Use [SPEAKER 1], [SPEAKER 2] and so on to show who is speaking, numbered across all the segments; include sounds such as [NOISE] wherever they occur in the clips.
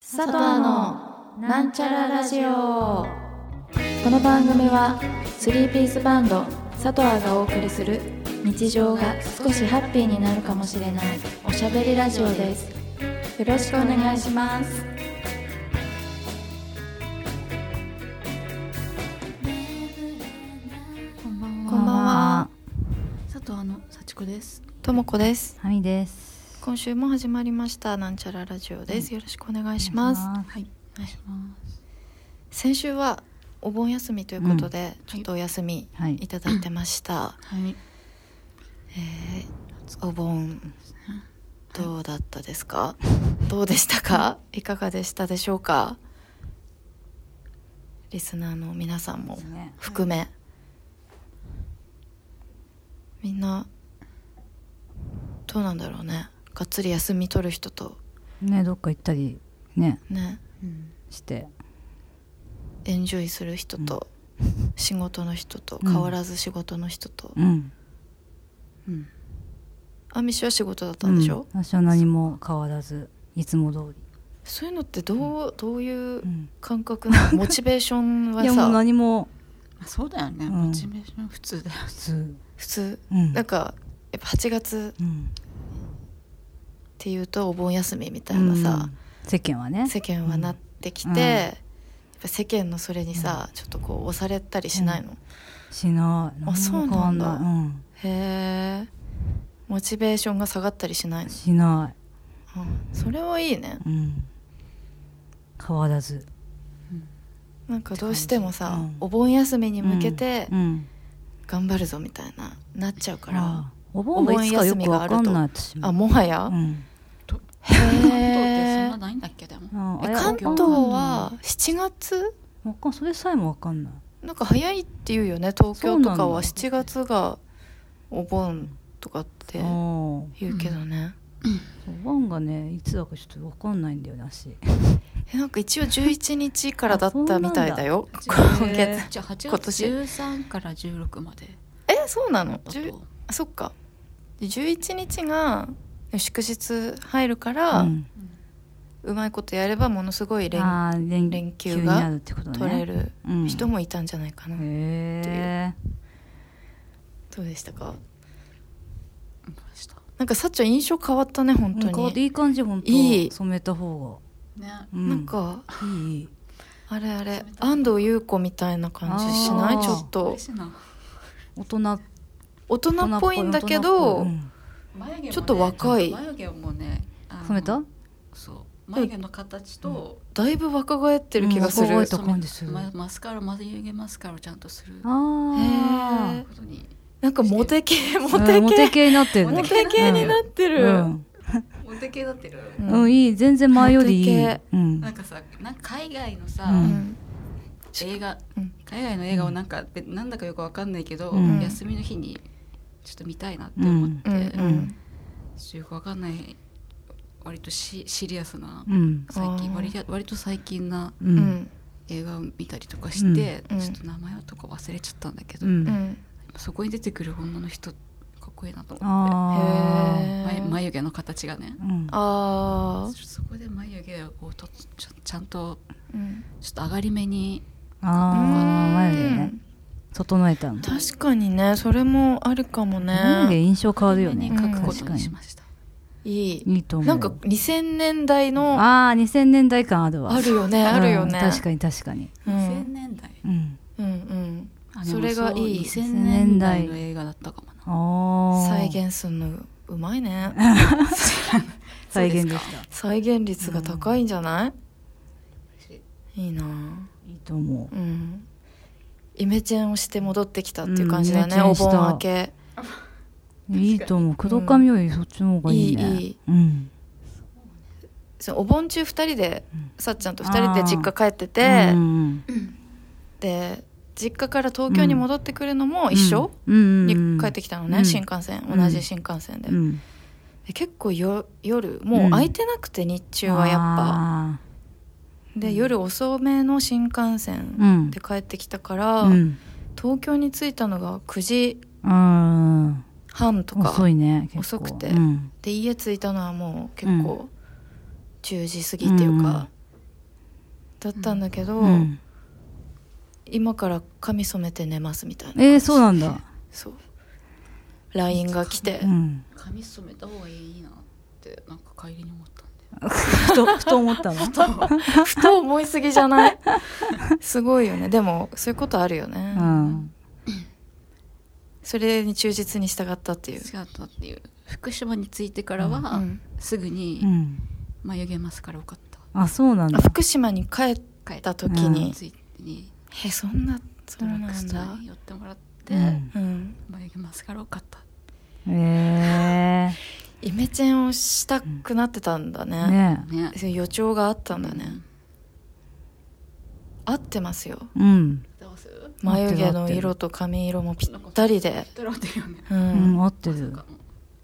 [SPEAKER 1] 佐藤のなんちゃらラジオこの番組はスリーピースバンド佐藤がお送りする日常が少しハッピーになるかもしれないおしゃべりラジオですよろしくお願いします
[SPEAKER 2] こんばんは。
[SPEAKER 1] こんばんは
[SPEAKER 3] 佐藤あの幸子です
[SPEAKER 1] ともこです
[SPEAKER 2] はみです。
[SPEAKER 3] 今週も始まりましたなんちゃらラジオです、よろしくお願いします
[SPEAKER 2] お願いしま
[SPEAKER 3] はい、先週はお盆休みということで、ちょっとお休み
[SPEAKER 2] はい
[SPEAKER 3] いただいてました、
[SPEAKER 2] はい。
[SPEAKER 3] えーお盆どうだったですか、どうでしたかいかがでしたでしょうかリスナーの皆さんも
[SPEAKER 2] ね
[SPEAKER 3] 含め、みんなどうなんだろうねがっつり休み取る人と
[SPEAKER 2] ね、どっか行ったりね
[SPEAKER 3] ね
[SPEAKER 2] して、
[SPEAKER 3] エンジョイする人と、仕事の人と
[SPEAKER 2] うん
[SPEAKER 3] 変わらず仕事の人と、
[SPEAKER 2] うん。
[SPEAKER 3] アミシは仕事だったんでしょ、
[SPEAKER 2] うん私は何も変わらずいつも通
[SPEAKER 3] そういうのってどうどういう
[SPEAKER 2] り。うん。
[SPEAKER 3] 感覚なのモチベーションはい
[SPEAKER 2] やもう
[SPEAKER 3] さ
[SPEAKER 2] 何も
[SPEAKER 4] まあそうだよね、
[SPEAKER 2] うん
[SPEAKER 4] モチベーション普通だよ
[SPEAKER 2] 普通。
[SPEAKER 3] 普通
[SPEAKER 2] うん
[SPEAKER 3] なんかやっぱ8月
[SPEAKER 2] うん。
[SPEAKER 3] っていうとお盆休みみたいなさ、
[SPEAKER 2] うん世間はね。
[SPEAKER 3] 世間はなってきて、
[SPEAKER 2] うん
[SPEAKER 3] やっぱ世間のそれにさ、ちょっとこう押されたりしないの、
[SPEAKER 2] しない。何も
[SPEAKER 3] そうなんだ
[SPEAKER 2] 変わいうん。
[SPEAKER 3] へえモチベーションが下がったりしないの、
[SPEAKER 2] しな
[SPEAKER 3] うんそれはいいね
[SPEAKER 2] い。うん。変わらず。
[SPEAKER 3] なんかどうしてもさ、
[SPEAKER 2] うん
[SPEAKER 3] お盆休みに向けて
[SPEAKER 2] うんうん。
[SPEAKER 3] 頑張るぞみたいななっちゃうから、
[SPEAKER 2] あお盆がいつかよくわかんない私も
[SPEAKER 3] あもはや、
[SPEAKER 2] うん。
[SPEAKER 3] へ
[SPEAKER 4] 関東ってそん
[SPEAKER 3] え
[SPEAKER 4] なないんだっけでも
[SPEAKER 2] ああ
[SPEAKER 3] え
[SPEAKER 2] れ
[SPEAKER 3] 関東は7月
[SPEAKER 2] わかんそれさえもわかんない。
[SPEAKER 3] なんか早いっていうよね東京とかは7月がお盆とかって
[SPEAKER 2] ああ。
[SPEAKER 3] 言うけどね、
[SPEAKER 2] そうワンがねいつだかちょっとわかんないんだよね足
[SPEAKER 3] えなんか一応11日からだったみたいだよ今月
[SPEAKER 4] じゃあ8
[SPEAKER 3] 今
[SPEAKER 4] 月
[SPEAKER 3] 年
[SPEAKER 4] 13から16まで
[SPEAKER 3] えそうなの
[SPEAKER 4] だ
[SPEAKER 3] じゅ
[SPEAKER 4] と
[SPEAKER 3] あそっかで11日が祝日入るから、う
[SPEAKER 2] うん
[SPEAKER 3] まいことやればものすごい連
[SPEAKER 2] あー連
[SPEAKER 3] 連休
[SPEAKER 2] 休に
[SPEAKER 3] が
[SPEAKER 2] なるってことね
[SPEAKER 3] 取れる
[SPEAKER 2] うん
[SPEAKER 3] 人もいたんじゃないかな、
[SPEAKER 2] へえ
[SPEAKER 3] どうでしたか
[SPEAKER 4] うんどうでした
[SPEAKER 3] なんかさっちゃん印象変わったね本当
[SPEAKER 2] なんか
[SPEAKER 3] に、
[SPEAKER 2] いい感じ本当
[SPEAKER 3] いい
[SPEAKER 2] 染めた方
[SPEAKER 4] ね
[SPEAKER 2] がう
[SPEAKER 3] なんか
[SPEAKER 2] いい
[SPEAKER 3] あれあれ安藤優子みたいな感じしな
[SPEAKER 2] あ
[SPEAKER 3] い
[SPEAKER 2] ー
[SPEAKER 3] ちょっと
[SPEAKER 4] 嬉しいな
[SPEAKER 2] 大人
[SPEAKER 3] 大人っぽいんだけど、
[SPEAKER 2] 大人っぽいうん
[SPEAKER 4] 眉毛もね
[SPEAKER 3] ちょっと若い
[SPEAKER 4] ちょっと眉毛もねあの
[SPEAKER 2] 染めた
[SPEAKER 4] そう眉毛の形と、
[SPEAKER 3] だいぶ若返ってる気がする、
[SPEAKER 2] うん
[SPEAKER 3] へ
[SPEAKER 2] 若返った感じする
[SPEAKER 4] まマスカラ眉毛マスカラをちゃんとするこ
[SPEAKER 2] あ
[SPEAKER 3] え
[SPEAKER 4] とに
[SPEAKER 3] なんかモテ系モ
[SPEAKER 2] あ
[SPEAKER 3] テ系
[SPEAKER 2] モ
[SPEAKER 3] モ
[SPEAKER 2] テ
[SPEAKER 3] テ
[SPEAKER 2] 系になってるね
[SPEAKER 3] 系になってる、
[SPEAKER 2] うん
[SPEAKER 4] モテ系だってる
[SPEAKER 3] う
[SPEAKER 2] うんうんいい全然前よりいい
[SPEAKER 3] モテ
[SPEAKER 2] うん
[SPEAKER 4] なんかさなんか海外のさ、
[SPEAKER 2] う
[SPEAKER 3] うんん
[SPEAKER 4] 映画、
[SPEAKER 3] うん
[SPEAKER 4] 海外の映画をなんか、べなんだかよくわかんないけど、
[SPEAKER 2] うん
[SPEAKER 4] 休みの日にちょっと見たいなって思って、
[SPEAKER 3] うんう
[SPEAKER 2] う
[SPEAKER 3] んん
[SPEAKER 4] ちょっとよくわかんない割とシシリアスな
[SPEAKER 2] うん
[SPEAKER 4] 最近
[SPEAKER 3] あー
[SPEAKER 4] 割り割と最近な
[SPEAKER 2] う
[SPEAKER 3] うんん
[SPEAKER 4] 映画を見たりとかして、
[SPEAKER 3] うん
[SPEAKER 4] ちょっと名前とか忘れちゃったんだけど、
[SPEAKER 2] うん
[SPEAKER 3] うん
[SPEAKER 4] そこに出てくる女の人かっこいいなと思って
[SPEAKER 2] あー
[SPEAKER 3] へ
[SPEAKER 4] 眉
[SPEAKER 3] ー
[SPEAKER 4] 眉毛の形がね
[SPEAKER 2] うん
[SPEAKER 3] あー
[SPEAKER 4] そこで眉毛をとちょちゃんと
[SPEAKER 3] うん
[SPEAKER 4] ちょっと上がりめに
[SPEAKER 2] あー前よ
[SPEAKER 3] う
[SPEAKER 2] ね
[SPEAKER 3] ん
[SPEAKER 2] 整えたの
[SPEAKER 3] 確かにねそれもあるかも
[SPEAKER 2] 眉毛
[SPEAKER 3] ね
[SPEAKER 2] 印象変わるよ
[SPEAKER 4] 上め
[SPEAKER 2] ね
[SPEAKER 4] に
[SPEAKER 3] うん
[SPEAKER 4] 描くこ
[SPEAKER 2] 確
[SPEAKER 4] と
[SPEAKER 2] か
[SPEAKER 4] に
[SPEAKER 2] に
[SPEAKER 4] しました、
[SPEAKER 3] いい
[SPEAKER 2] いいと思う
[SPEAKER 3] なんか2000年代の
[SPEAKER 2] ああ2000年代感あるわ
[SPEAKER 3] あるよねあるよね、
[SPEAKER 2] うん確かに確かに
[SPEAKER 3] うん
[SPEAKER 4] 2000年代
[SPEAKER 2] うん
[SPEAKER 3] うんうん
[SPEAKER 4] あ
[SPEAKER 3] それがいい
[SPEAKER 4] でもそう2000年代の映画だったかもな
[SPEAKER 2] ああ
[SPEAKER 3] 再現するのうまいね
[SPEAKER 2] 再現
[SPEAKER 4] そ
[SPEAKER 2] で
[SPEAKER 4] う
[SPEAKER 2] し
[SPEAKER 4] すか
[SPEAKER 3] 再現率が高いんじゃない、
[SPEAKER 4] 嬉しい
[SPEAKER 3] いいな
[SPEAKER 2] たいいと思う
[SPEAKER 3] うんイメチェンをして戻ってきたっていう感じだね、
[SPEAKER 2] うんイメ
[SPEAKER 3] お
[SPEAKER 2] チェンした
[SPEAKER 3] 盆明け
[SPEAKER 2] いいと思う黒髪よりそっちの方がいいね
[SPEAKER 3] いいいい
[SPEAKER 2] うん
[SPEAKER 3] そのお盆中2人で、
[SPEAKER 2] うん
[SPEAKER 3] さっちゃんと2人で実家帰ってて
[SPEAKER 2] うんうん
[SPEAKER 3] で実家から東京に戻ってくるのも一緒、
[SPEAKER 2] うん
[SPEAKER 3] に帰ってきたのね、
[SPEAKER 2] うん
[SPEAKER 3] 新幹線
[SPEAKER 2] うん
[SPEAKER 3] 同じ新幹線で,、
[SPEAKER 2] うん
[SPEAKER 3] で結構よ夜もう空いてなくて日中はやっぱ、
[SPEAKER 2] あ
[SPEAKER 3] で夜遅めの新幹線
[SPEAKER 2] ーうん
[SPEAKER 3] で帰ってきたから、
[SPEAKER 2] うん
[SPEAKER 3] 東京に着いたのが9時
[SPEAKER 2] うん
[SPEAKER 3] 半とか
[SPEAKER 2] 遅いね結構
[SPEAKER 3] 遅くて
[SPEAKER 2] うん
[SPEAKER 3] で家着いたのはもう結構10時過ぎっていうか、だったんだけど、
[SPEAKER 2] うん、
[SPEAKER 3] 今から髪染めて寝ますみたいな感じ
[SPEAKER 2] えー、そうなんだ、
[SPEAKER 3] そう LINE が来て、
[SPEAKER 2] うん、
[SPEAKER 4] 髪染めた方がいいなってなんか帰りに思ったんだよ
[SPEAKER 2] ふとふと思ったの
[SPEAKER 3] [LAUGHS] [LAUGHS] ふと思いすぎじゃない [LAUGHS] すごいよねでもそういうことあるよね、
[SPEAKER 2] うん
[SPEAKER 3] それに忠実に従ったっていう
[SPEAKER 4] 違ったっていう福島に着いてからは、
[SPEAKER 3] うん
[SPEAKER 4] すぐ
[SPEAKER 2] う
[SPEAKER 4] に
[SPEAKER 2] ん
[SPEAKER 4] 眉毛マスカラを買った
[SPEAKER 2] あそうなんだ
[SPEAKER 3] あ福島に帰
[SPEAKER 4] 帰
[SPEAKER 3] った時に、
[SPEAKER 4] ついてに
[SPEAKER 3] えそんなそ
[SPEAKER 4] ド
[SPEAKER 3] う
[SPEAKER 4] ラ
[SPEAKER 3] なん
[SPEAKER 4] ッグスト
[SPEAKER 3] だ
[SPEAKER 4] アに寄ってもらって、
[SPEAKER 2] うん
[SPEAKER 3] うん
[SPEAKER 4] 眉毛マスカラを買った
[SPEAKER 2] え
[SPEAKER 3] イメチェンをしたくなってたんだ
[SPEAKER 2] ー、
[SPEAKER 3] ね,、
[SPEAKER 2] ね
[SPEAKER 4] ね
[SPEAKER 3] そういう予兆があったんだね、合ってますよ
[SPEAKER 2] えうん、
[SPEAKER 4] どうする
[SPEAKER 3] 眉毛の色と髪色もぴったりで、
[SPEAKER 4] ドラってるよね
[SPEAKER 3] う
[SPEAKER 2] うん
[SPEAKER 3] ん
[SPEAKER 2] 合ってる
[SPEAKER 4] なんかも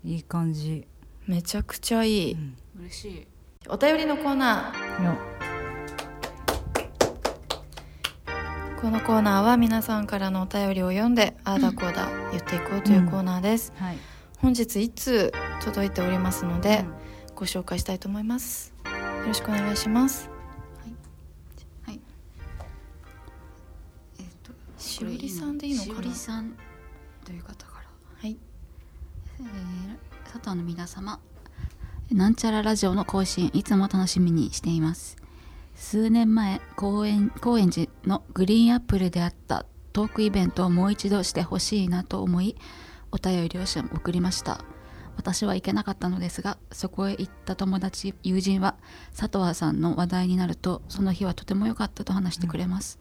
[SPEAKER 2] いい感じ
[SPEAKER 3] めちゃくちゃいい、
[SPEAKER 4] う嬉しい
[SPEAKER 3] お便りのコーナー
[SPEAKER 2] よ
[SPEAKER 3] このコーナーは皆さんからのお便りを読んであーだこーだ言っていこうというコーナーです、
[SPEAKER 2] はい
[SPEAKER 3] 本日一通届いておりますので、ご紹介したいと思いますよろしくお願いします
[SPEAKER 4] えっと
[SPEAKER 3] しおりさんでいいのかな
[SPEAKER 4] しおりさんという方から
[SPEAKER 3] はい
[SPEAKER 4] えー佐藤の皆様なんちゃらラジオの更新いつも楽しみにしています数年前高円高円寺のグリーンアップルであったトークイベントをもう一度してほしいなと思いお便りをし送りました私は行けなかったのですがそこへ行った友達友人は佐藤さんの話題になるとその日はとても良かったと話してくれます、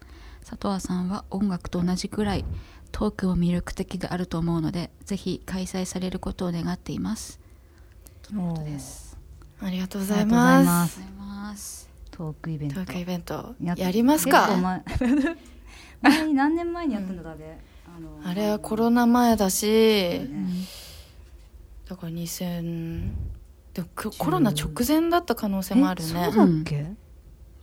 [SPEAKER 4] 佐藤さんは音楽と同じくらいトークも魅力的であると思うのでぜひ開催されることを願っていますとのことです
[SPEAKER 3] ありがとうございます
[SPEAKER 2] ありがとうございま
[SPEAKER 4] ありがとうございます
[SPEAKER 2] トークイベント
[SPEAKER 3] トークイベント
[SPEAKER 2] や
[SPEAKER 3] や
[SPEAKER 2] っ
[SPEAKER 3] ります
[SPEAKER 2] 結構
[SPEAKER 3] か
[SPEAKER 2] 前前に何年前にやったんだあれ、あの
[SPEAKER 3] あれはコロナ前だし、
[SPEAKER 2] ね
[SPEAKER 3] だから2000でもこコロナ直前だった可能性もある
[SPEAKER 2] え
[SPEAKER 3] ね
[SPEAKER 2] そうだっけ、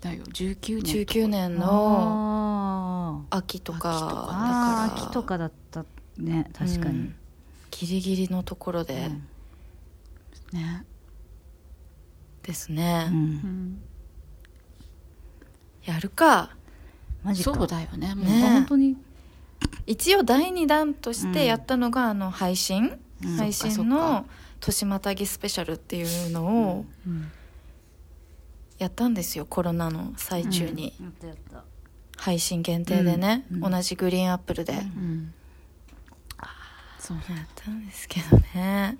[SPEAKER 4] だよ19年
[SPEAKER 3] 19年の
[SPEAKER 2] あ
[SPEAKER 3] 秋とか
[SPEAKER 4] 秋と
[SPEAKER 2] あ
[SPEAKER 4] か
[SPEAKER 2] あー秋
[SPEAKER 3] だら
[SPEAKER 2] とかだったね確か
[SPEAKER 3] う
[SPEAKER 2] に
[SPEAKER 3] ん、ギリギリのところで、
[SPEAKER 2] うん
[SPEAKER 4] ね、
[SPEAKER 3] ですね、
[SPEAKER 2] うん
[SPEAKER 3] やるか
[SPEAKER 2] マジか
[SPEAKER 4] そうだよねもう
[SPEAKER 2] あ
[SPEAKER 3] ね
[SPEAKER 2] 本当に
[SPEAKER 3] 一応第2弾とし
[SPEAKER 2] うん
[SPEAKER 3] てやったのが、あの配信、
[SPEAKER 2] うん
[SPEAKER 3] 配信の「年またぎスペシャル」っていうのを
[SPEAKER 4] うん
[SPEAKER 3] やったんですよコロナの最中に、
[SPEAKER 2] やったやった
[SPEAKER 3] 配信限定でね、
[SPEAKER 2] うんうん
[SPEAKER 3] 同じグリーンアップルで、
[SPEAKER 4] うんそう
[SPEAKER 3] やったんですけどね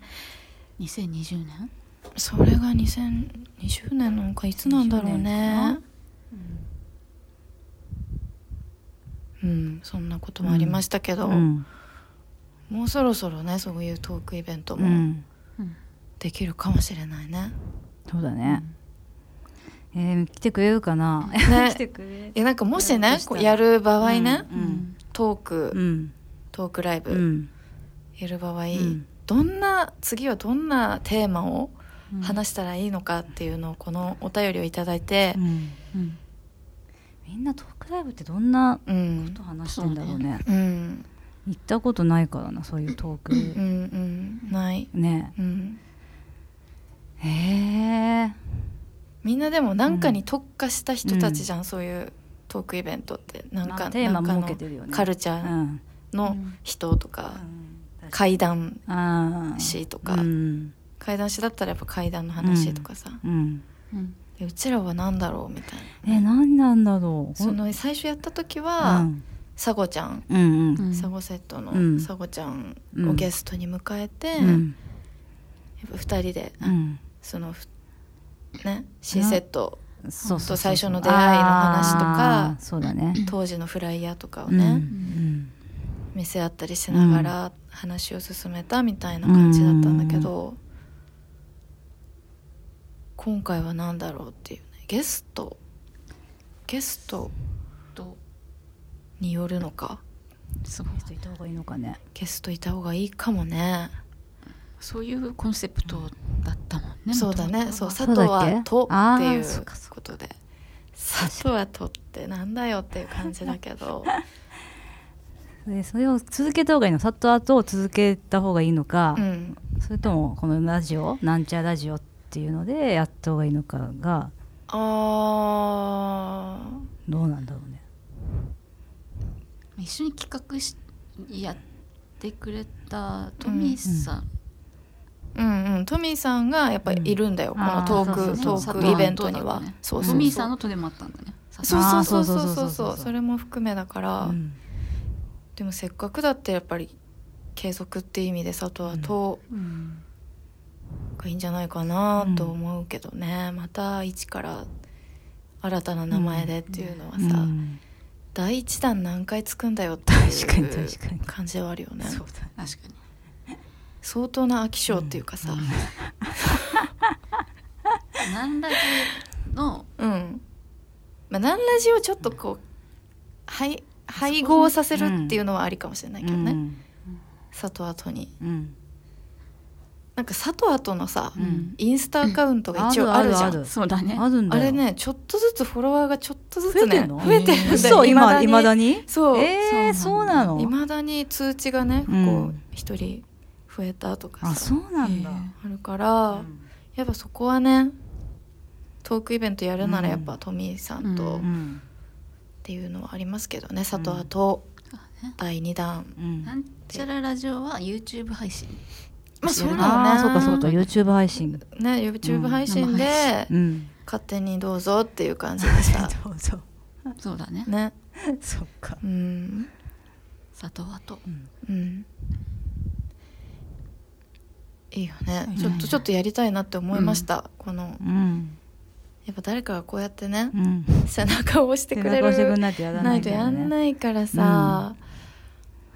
[SPEAKER 4] 2020年
[SPEAKER 3] それが2020年なんかいつなんだろうねうんそんなこともありましたけど、
[SPEAKER 2] うん
[SPEAKER 3] もうそろそろねそういうトークイベント
[SPEAKER 2] う
[SPEAKER 3] も
[SPEAKER 2] ん
[SPEAKER 4] うん
[SPEAKER 3] できるかもしれない
[SPEAKER 2] [LAUGHS]
[SPEAKER 3] ね、
[SPEAKER 2] そうだね、えー、来てくれるかな
[SPEAKER 3] ね
[SPEAKER 2] 来てくれ
[SPEAKER 3] いやなんかもし
[SPEAKER 2] やる
[SPEAKER 3] ね
[SPEAKER 2] とした
[SPEAKER 3] こ
[SPEAKER 2] ら
[SPEAKER 3] うやる場合ね、
[SPEAKER 2] う
[SPEAKER 4] うんん
[SPEAKER 3] トーク、
[SPEAKER 2] うん
[SPEAKER 3] トークライブ、
[SPEAKER 2] うん
[SPEAKER 3] やる場合、
[SPEAKER 2] ん
[SPEAKER 3] どんな次はどんなテーマを
[SPEAKER 4] うん
[SPEAKER 3] 話したらいいのかっていうのをこのお便りをいただいて
[SPEAKER 2] うん
[SPEAKER 4] うん
[SPEAKER 2] みんなトークライブってどんな
[SPEAKER 3] うん、うん
[SPEAKER 2] こと話してんだろうね
[SPEAKER 3] うん
[SPEAKER 2] 行ったことないからなそういうトーク、
[SPEAKER 3] うんない、
[SPEAKER 2] ね
[SPEAKER 3] うん、
[SPEAKER 2] えへえ
[SPEAKER 3] みんなでも何かに特化した人たちじゃん、そういうトークイベントってなんか,、
[SPEAKER 2] まあテーマ
[SPEAKER 3] なんか
[SPEAKER 2] 設けてるよね
[SPEAKER 3] のカルチ
[SPEAKER 2] う
[SPEAKER 3] ャー
[SPEAKER 2] ん
[SPEAKER 3] の人とか、怪談
[SPEAKER 2] あー
[SPEAKER 3] 師とか、
[SPEAKER 2] うん
[SPEAKER 3] 怪談師だったらやっぱ怪談の話とかさ、
[SPEAKER 2] うん
[SPEAKER 4] うん
[SPEAKER 3] でうちらは何だろうみたい
[SPEAKER 2] え何なんだろ
[SPEAKER 3] な
[SPEAKER 2] う
[SPEAKER 3] その最初やった時は、
[SPEAKER 2] うん
[SPEAKER 3] サゴちゃん
[SPEAKER 2] うん
[SPEAKER 4] うん
[SPEAKER 3] サゴセット
[SPEAKER 2] うん
[SPEAKER 3] のサゴちゃん
[SPEAKER 2] う
[SPEAKER 3] を
[SPEAKER 2] ん
[SPEAKER 3] ゲストに迎えて、
[SPEAKER 2] うん
[SPEAKER 3] やっぱ2人で、
[SPEAKER 2] うん
[SPEAKER 3] そのふね新セット
[SPEAKER 2] そうそうそう
[SPEAKER 3] と最初の出会いの話とか
[SPEAKER 2] あーそうだね
[SPEAKER 3] 当時のフライヤーとかを
[SPEAKER 2] うんう
[SPEAKER 3] ね、
[SPEAKER 2] ん
[SPEAKER 3] 見せ合ったりしながら話を進めたみたいな感じだったんだけど、今回は何だろうっていうねゲストゲスト
[SPEAKER 4] と
[SPEAKER 3] によるのか
[SPEAKER 4] そう
[SPEAKER 2] ゲストいた方がいいのかね
[SPEAKER 3] ゲストいた方がいいかもね
[SPEAKER 4] そういうコンセプトだったもんね
[SPEAKER 3] そうだね
[SPEAKER 4] 元
[SPEAKER 3] そう
[SPEAKER 4] 々は
[SPEAKER 3] 佐藤は「
[SPEAKER 2] そう
[SPEAKER 3] と」
[SPEAKER 2] だ
[SPEAKER 3] っ
[SPEAKER 2] っけ
[SPEAKER 3] て
[SPEAKER 2] あー
[SPEAKER 3] いう
[SPEAKER 2] そっ
[SPEAKER 3] ことで佐藤は「と」ってなんだよっていう感じだけ
[SPEAKER 2] [LAUGHS]
[SPEAKER 3] ど
[SPEAKER 2] でそれを続けた方がいいのサットアートを続けた方がいいのか、
[SPEAKER 3] うん
[SPEAKER 2] それともこのラジオなんちゃらラジオっていうのでやった方がいいのかが
[SPEAKER 3] あー
[SPEAKER 2] どうなんだろうね
[SPEAKER 4] 一緒に企画しやってくれたトミーさん、
[SPEAKER 3] うんうんトミーさんがやっぱりいるんだよ、
[SPEAKER 2] うん
[SPEAKER 3] このトーク
[SPEAKER 2] あー
[SPEAKER 4] そう
[SPEAKER 3] ト
[SPEAKER 4] そう
[SPEAKER 3] ークイベントに
[SPEAKER 4] そ
[SPEAKER 3] は、そうう
[SPEAKER 4] そう
[SPEAKER 3] そう
[SPEAKER 4] ト
[SPEAKER 3] そう
[SPEAKER 4] ミーさんのとでもあったんだね
[SPEAKER 3] そう
[SPEAKER 2] あー
[SPEAKER 3] そうそうそうそう
[SPEAKER 2] そうそうそうそう
[SPEAKER 3] そうそれも含めだから、
[SPEAKER 2] うん
[SPEAKER 3] でもせっかくだってやっぱり継続って意味で佐藤はと
[SPEAKER 4] うん
[SPEAKER 3] がいいんじゃないかなと思うけどね、また一から新たな名前でっていうのはさ、
[SPEAKER 2] うん
[SPEAKER 3] 第一弾何回つくんだよっていう
[SPEAKER 2] 確かに確かに
[SPEAKER 3] 感じはあるよね
[SPEAKER 2] そうだね
[SPEAKER 4] 確かに
[SPEAKER 3] 相当な飽き性っていうかさ
[SPEAKER 4] 何らかの
[SPEAKER 3] うん、まあ何ラジをちょっとこう配配合させるっていうのはありかもしれないけどね、佐藤後に
[SPEAKER 2] うんうん
[SPEAKER 3] なんか佐藤後のさ、
[SPEAKER 2] うん
[SPEAKER 3] インスタアカウントが一応あるじゃんあ
[SPEAKER 4] そうだね
[SPEAKER 2] あるんだよ
[SPEAKER 3] れねちょっとずつフォロワーがちょっとず
[SPEAKER 2] 増
[SPEAKER 3] つ
[SPEAKER 2] えて
[SPEAKER 3] ね
[SPEAKER 2] んの
[SPEAKER 3] 増えてるんだよ
[SPEAKER 2] 嘘今いまだ
[SPEAKER 3] に
[SPEAKER 2] に
[SPEAKER 3] そう
[SPEAKER 2] えー、
[SPEAKER 4] そ
[SPEAKER 2] そうう
[SPEAKER 4] な
[SPEAKER 2] なの
[SPEAKER 3] いまだに通知がねこ
[SPEAKER 2] うん
[SPEAKER 3] う一人増えたとか
[SPEAKER 2] あ
[SPEAKER 3] さ、
[SPEAKER 2] そうなんだ、
[SPEAKER 3] あるから、
[SPEAKER 2] うん
[SPEAKER 3] やっぱそこはねトークイベントやるなら
[SPEAKER 2] うん
[SPEAKER 3] やっぱトミーさんと
[SPEAKER 4] う
[SPEAKER 3] っ
[SPEAKER 2] うん
[SPEAKER 3] ていうのはありますけどね、佐藤と第2弾、
[SPEAKER 2] うん
[SPEAKER 4] なんちゃらラジオは YouTube 配信
[SPEAKER 3] まあそうだよね
[SPEAKER 2] ああそうかそうか YouTube 配信
[SPEAKER 3] ね YouTube 配信
[SPEAKER 4] 生
[SPEAKER 3] で
[SPEAKER 2] うん
[SPEAKER 3] 勝手にどうぞっていう感じでさ
[SPEAKER 2] どうぞ
[SPEAKER 4] そうだね
[SPEAKER 3] ね
[SPEAKER 2] そっか
[SPEAKER 3] うん
[SPEAKER 4] 佐藤はと
[SPEAKER 3] うんいいよね
[SPEAKER 2] うん
[SPEAKER 3] ちょっとちょっとやりたいなって思いました、この
[SPEAKER 2] うん
[SPEAKER 3] やっぱ誰かがこうやってね
[SPEAKER 2] う、ん
[SPEAKER 3] 背中を押してくれ
[SPEAKER 2] 背中押してく
[SPEAKER 3] る
[SPEAKER 2] んないとやらな
[SPEAKER 3] ないいとやん
[SPEAKER 2] い
[SPEAKER 3] ないからさ、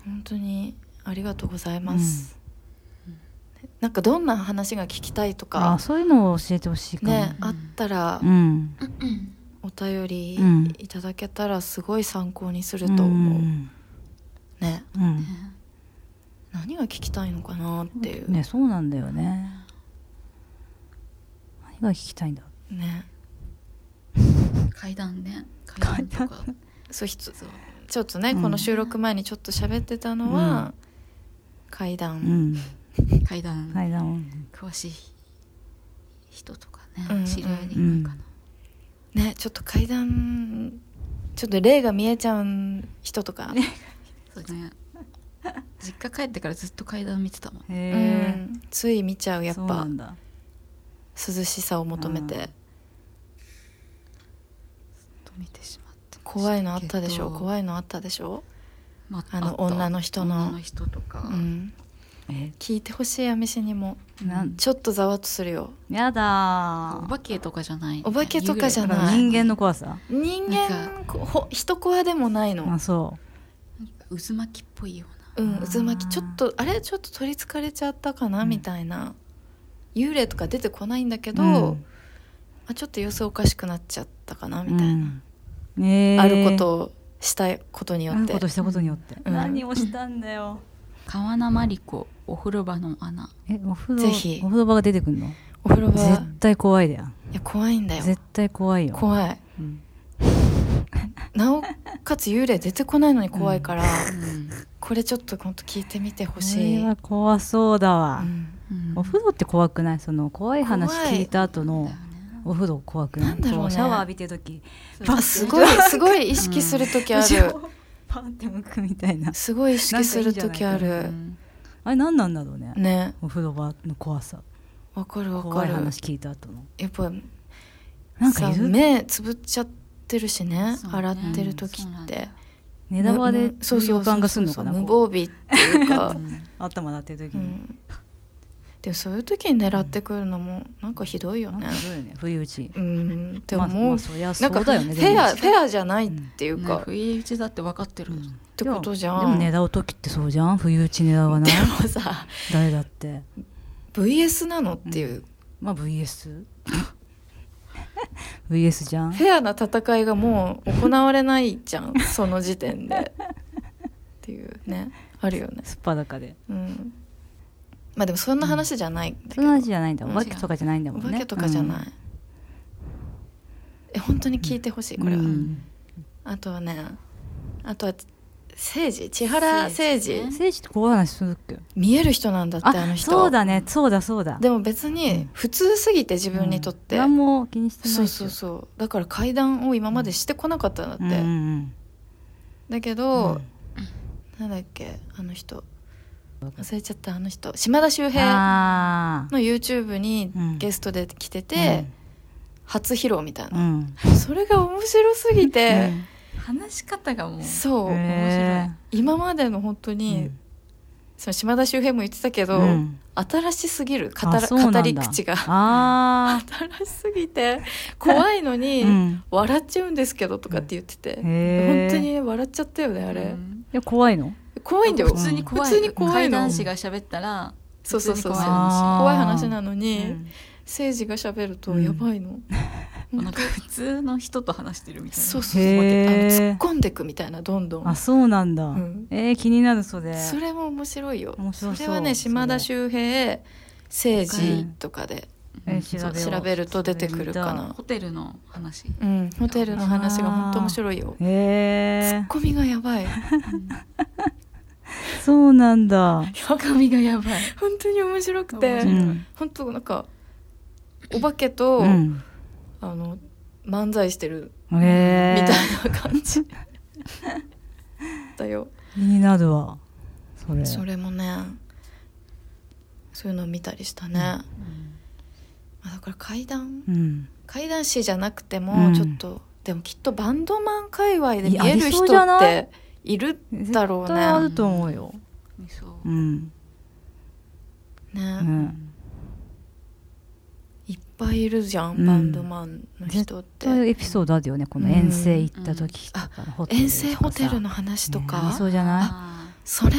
[SPEAKER 3] 本当にありがとうございます、なんかどんな話が聞きたいと
[SPEAKER 2] あ
[SPEAKER 3] か
[SPEAKER 2] あそういうのを教えてほしいかも
[SPEAKER 3] ね、
[SPEAKER 4] うん
[SPEAKER 3] あったら
[SPEAKER 2] うん
[SPEAKER 3] お便り
[SPEAKER 2] うん
[SPEAKER 3] いただけたらすごい参考にすると思う、
[SPEAKER 2] ん
[SPEAKER 3] ね
[SPEAKER 2] うん
[SPEAKER 3] 何が聞きたいのかなっていうね
[SPEAKER 2] ねそうなんだよね何が聞きたいんだ
[SPEAKER 4] 階段ね階段とか
[SPEAKER 3] そうひつ
[SPEAKER 4] そう
[SPEAKER 3] ちょっとね、
[SPEAKER 2] うん
[SPEAKER 3] この収録前にちょっと喋ってたのは、階
[SPEAKER 2] う
[SPEAKER 3] 段、
[SPEAKER 2] ん
[SPEAKER 4] 階段
[SPEAKER 2] 階段を
[SPEAKER 4] 詳しい人とか
[SPEAKER 3] うん
[SPEAKER 4] ね知り合いでいないかな
[SPEAKER 3] ねちょっと階段ちょっと霊が見えちゃう人とか、
[SPEAKER 4] そうね実家帰ってからずっと階段見てたもん
[SPEAKER 2] へ
[SPEAKER 3] う
[SPEAKER 2] え
[SPEAKER 3] ん、つい見ちゃうやっ
[SPEAKER 2] そうな
[SPEAKER 3] ぱ
[SPEAKER 2] んだ
[SPEAKER 3] 涼しさを求め
[SPEAKER 2] うん
[SPEAKER 3] て
[SPEAKER 4] と見てしまって
[SPEAKER 3] 怖いのあったでしょ
[SPEAKER 4] い、
[SPEAKER 3] 怖いのあったでしょ、
[SPEAKER 4] ま
[SPEAKER 3] あの
[SPEAKER 4] った
[SPEAKER 3] 女の人の
[SPEAKER 4] 女の人とか、
[SPEAKER 3] うん、
[SPEAKER 2] え
[SPEAKER 3] 聞いてほしいやめしにも
[SPEAKER 2] なん
[SPEAKER 3] ちょっとざわっとするよ
[SPEAKER 2] やだ
[SPEAKER 4] お
[SPEAKER 2] ー
[SPEAKER 4] 化けとかじゃない
[SPEAKER 3] お化けとかじゃ
[SPEAKER 2] だ
[SPEAKER 3] ない
[SPEAKER 2] から人間の怖さ
[SPEAKER 3] 人間こほ人コアでもないの
[SPEAKER 2] あそ
[SPEAKER 4] なんか渦巻きっぽいような
[SPEAKER 3] うん
[SPEAKER 2] あー
[SPEAKER 3] 渦巻きちょっとあれちょっと取りつかれちゃったかな、
[SPEAKER 2] うん
[SPEAKER 3] みたいな幽霊とか出てこないんだけ
[SPEAKER 2] う
[SPEAKER 3] ど、
[SPEAKER 2] うん
[SPEAKER 3] あちょっと様子おかしくなっちゃったかなみたいな、
[SPEAKER 2] うんねえ
[SPEAKER 3] あることをしたことによ
[SPEAKER 2] あ
[SPEAKER 3] っ
[SPEAKER 2] る
[SPEAKER 3] て
[SPEAKER 2] ことしたことによって、
[SPEAKER 3] うん
[SPEAKER 2] 何をしたんだよ
[SPEAKER 4] 川名真理子お風呂場の穴
[SPEAKER 2] えお風呂
[SPEAKER 3] ぜひ
[SPEAKER 2] お風呂場が出てくるの
[SPEAKER 3] お風呂場
[SPEAKER 2] 絶対怖いだよ
[SPEAKER 3] いや怖いんだよ
[SPEAKER 2] 絶対怖いよ
[SPEAKER 3] 怖い
[SPEAKER 2] うん
[SPEAKER 3] なおかつ幽霊出てこないのに怖いから、
[SPEAKER 4] うん、
[SPEAKER 3] これちょっと本当聞いてみてほ
[SPEAKER 2] こ
[SPEAKER 3] しい、
[SPEAKER 2] れは怖そうだわ
[SPEAKER 3] う、ん
[SPEAKER 4] うん
[SPEAKER 2] お風呂って怖くないその怖い話
[SPEAKER 3] 怖い
[SPEAKER 2] 聞いた後の
[SPEAKER 4] だよね
[SPEAKER 2] お風呂怖くない
[SPEAKER 3] なんだろうね
[SPEAKER 2] こシャワー浴びてる時
[SPEAKER 3] あすごいすごい意識する時あ
[SPEAKER 2] 後
[SPEAKER 3] る、
[SPEAKER 2] ろパンって向くみたいな
[SPEAKER 3] すごい意識する時あ
[SPEAKER 4] う
[SPEAKER 3] る
[SPEAKER 4] ん
[SPEAKER 2] あれ何なんだろうね
[SPEAKER 3] ね
[SPEAKER 2] お風呂場の怖さ
[SPEAKER 3] わかるわか
[SPEAKER 2] 怖い
[SPEAKER 3] る
[SPEAKER 2] 話聞いた後の
[SPEAKER 3] やっぱ
[SPEAKER 2] なんかい
[SPEAKER 3] さ
[SPEAKER 2] る
[SPEAKER 3] 目つぶっちゃってるしね
[SPEAKER 4] そうね
[SPEAKER 3] 洗ってる時
[SPEAKER 4] そうな
[SPEAKER 3] っ
[SPEAKER 4] ん
[SPEAKER 3] て、
[SPEAKER 4] だよ
[SPEAKER 2] 寝だわで
[SPEAKER 3] むそうそう
[SPEAKER 2] 予感がするのかな
[SPEAKER 3] そうそう無
[SPEAKER 2] こ
[SPEAKER 3] 防備っていうか
[SPEAKER 2] [LAUGHS] う、頭なってる時
[SPEAKER 3] う
[SPEAKER 2] に、
[SPEAKER 3] ん、でもそういう時に狙ってくるのもなんかひどいよ
[SPEAKER 2] なん
[SPEAKER 3] ね
[SPEAKER 2] かそうよね不意打ち
[SPEAKER 3] うんって
[SPEAKER 2] ま
[SPEAKER 3] 思
[SPEAKER 2] あ
[SPEAKER 3] う、
[SPEAKER 2] まあそりゃそ
[SPEAKER 3] なんか
[SPEAKER 2] うだ
[SPEAKER 3] フ
[SPEAKER 2] よね
[SPEAKER 3] ェア
[SPEAKER 2] で
[SPEAKER 3] フェアじゃないっていう
[SPEAKER 4] ね
[SPEAKER 3] か、っ
[SPEAKER 4] 不意打ちだって分かってる、
[SPEAKER 2] も
[SPEAKER 3] てことじゃ
[SPEAKER 2] でも
[SPEAKER 3] ん [LAUGHS]
[SPEAKER 2] でも狙う時ってそうじゃん不意打ち狙わない
[SPEAKER 3] でもさ
[SPEAKER 2] 誰だって
[SPEAKER 3] VS なのっていう、
[SPEAKER 2] まあ [LAUGHS] VSVS
[SPEAKER 3] [LAUGHS]
[SPEAKER 2] じゃん
[SPEAKER 3] フェアな戦いがもう行われないじゃんその時点でっていうねあるよね
[SPEAKER 2] すっぱだかで
[SPEAKER 3] うんまあでもそんな話じゃないんだけ
[SPEAKER 2] そ
[SPEAKER 3] ど、
[SPEAKER 2] んな話じゃないんだ
[SPEAKER 3] う
[SPEAKER 2] お
[SPEAKER 3] ん
[SPEAKER 2] 化けとかじゃないんだ
[SPEAKER 3] お
[SPEAKER 2] もんね
[SPEAKER 3] 化けとかじゃない、
[SPEAKER 2] い、
[SPEAKER 3] え本当に聞いてほしいこれは、
[SPEAKER 2] うん
[SPEAKER 3] あとはねあとは聖治千原
[SPEAKER 4] 聖
[SPEAKER 3] 誠
[SPEAKER 4] 司ね
[SPEAKER 3] 治
[SPEAKER 2] 聖司ってこういう話するっけ
[SPEAKER 3] 見える人なんだってあの人
[SPEAKER 2] そうだねそうだそうだ
[SPEAKER 3] でも別に普通すぎて自分にとって、
[SPEAKER 2] うん何も気にしてない
[SPEAKER 3] そうそうそうだから階段を今までしてこなかったんだって、
[SPEAKER 2] うんうん
[SPEAKER 3] だけ
[SPEAKER 2] うん
[SPEAKER 3] ど、なんだっけあの人忘れちゃったあの人島田秀平
[SPEAKER 2] あー
[SPEAKER 3] の YouTube に
[SPEAKER 2] うん
[SPEAKER 3] ゲストで来てて、初披露みたい
[SPEAKER 2] うん
[SPEAKER 3] な、それが面白すぎて、
[SPEAKER 4] 話し方がもう
[SPEAKER 3] そう、
[SPEAKER 2] へ
[SPEAKER 3] 今までの本当
[SPEAKER 2] ー
[SPEAKER 3] に、その島田秀平も言ってたけど、
[SPEAKER 2] うん
[SPEAKER 3] 新しすぎる語
[SPEAKER 2] あ
[SPEAKER 3] ら
[SPEAKER 2] そうなんだ
[SPEAKER 3] 語り口が
[SPEAKER 2] あ
[SPEAKER 3] 新しすぎて怖いの
[SPEAKER 2] ー
[SPEAKER 3] [LAUGHS] に、
[SPEAKER 2] うん
[SPEAKER 3] 笑っちゃうんですけどとかって言ってて、
[SPEAKER 2] へー
[SPEAKER 3] 本当に笑っちゃったよねあ
[SPEAKER 4] あ
[SPEAKER 3] れ、
[SPEAKER 4] れ
[SPEAKER 2] いや怖いの
[SPEAKER 3] 怖いんだよ
[SPEAKER 4] 普通に怖い
[SPEAKER 3] 普通に怖い
[SPEAKER 4] 怪
[SPEAKER 3] の
[SPEAKER 4] 談師が喋ったら
[SPEAKER 3] そうそうそう
[SPEAKER 4] 普
[SPEAKER 3] そ
[SPEAKER 4] 通に
[SPEAKER 3] う
[SPEAKER 2] 怖い話あー
[SPEAKER 3] 怖い話なのに、
[SPEAKER 2] うん
[SPEAKER 3] 政治が喋る
[SPEAKER 2] う
[SPEAKER 3] と
[SPEAKER 2] ん
[SPEAKER 3] やばいの、
[SPEAKER 4] なんか普通の人と話してるみたいな
[SPEAKER 3] そうそうそうあの
[SPEAKER 2] へー
[SPEAKER 3] 突っ込んでくみたいなどんどん
[SPEAKER 2] あそうなんだ
[SPEAKER 3] ん
[SPEAKER 2] えー気になるそれ
[SPEAKER 3] それも面白いよ
[SPEAKER 2] 面白そう
[SPEAKER 3] れはね島田秀平政治とかで、
[SPEAKER 2] えー
[SPEAKER 3] そう
[SPEAKER 2] よう
[SPEAKER 3] 調べると出てくるかな
[SPEAKER 4] ホテルの話
[SPEAKER 3] [LAUGHS] うん、ホテルの話が本当面白いよ
[SPEAKER 2] それ見たいへ
[SPEAKER 3] ツ
[SPEAKER 2] え
[SPEAKER 3] ッコミがや
[SPEAKER 2] [LAUGHS]
[SPEAKER 3] ばい
[SPEAKER 2] そうなんだ
[SPEAKER 4] 髪がやばい
[SPEAKER 3] 本当に面白く
[SPEAKER 4] 面
[SPEAKER 3] て、
[SPEAKER 4] 白い
[SPEAKER 3] 本当なんかお化けと、
[SPEAKER 2] うん
[SPEAKER 3] あの漫才してる
[SPEAKER 2] うんへ
[SPEAKER 3] み
[SPEAKER 2] え
[SPEAKER 3] たいな感
[SPEAKER 2] [LAUGHS]
[SPEAKER 3] じだよ
[SPEAKER 2] 気になるわそれ
[SPEAKER 3] それもねそういうのを見たりしたね、まあだから怪談
[SPEAKER 2] うん
[SPEAKER 3] 怪談師じゃなくて
[SPEAKER 2] う
[SPEAKER 3] も
[SPEAKER 2] ん
[SPEAKER 3] ちょっと、でもきっとバンドマン界隈で
[SPEAKER 2] い
[SPEAKER 3] 見
[SPEAKER 2] や
[SPEAKER 3] える人
[SPEAKER 2] ありそうじゃ
[SPEAKER 3] っ
[SPEAKER 2] ない
[SPEAKER 3] ているだろう
[SPEAKER 2] 絶対あ
[SPEAKER 3] ね
[SPEAKER 2] ると思うよ
[SPEAKER 4] そう
[SPEAKER 2] うんう
[SPEAKER 3] ね
[SPEAKER 2] ん
[SPEAKER 3] いっぱいいるじゃん、
[SPEAKER 2] うん
[SPEAKER 3] バンドマンの人っ
[SPEAKER 2] そういう
[SPEAKER 3] て
[SPEAKER 2] エピソードあるよねこの遠征行った時とかのホテルと
[SPEAKER 3] 遠
[SPEAKER 2] かさ
[SPEAKER 3] 征ホテルの話と
[SPEAKER 2] ねあり
[SPEAKER 3] か、
[SPEAKER 2] そうじゃない
[SPEAKER 4] あ
[SPEAKER 3] それ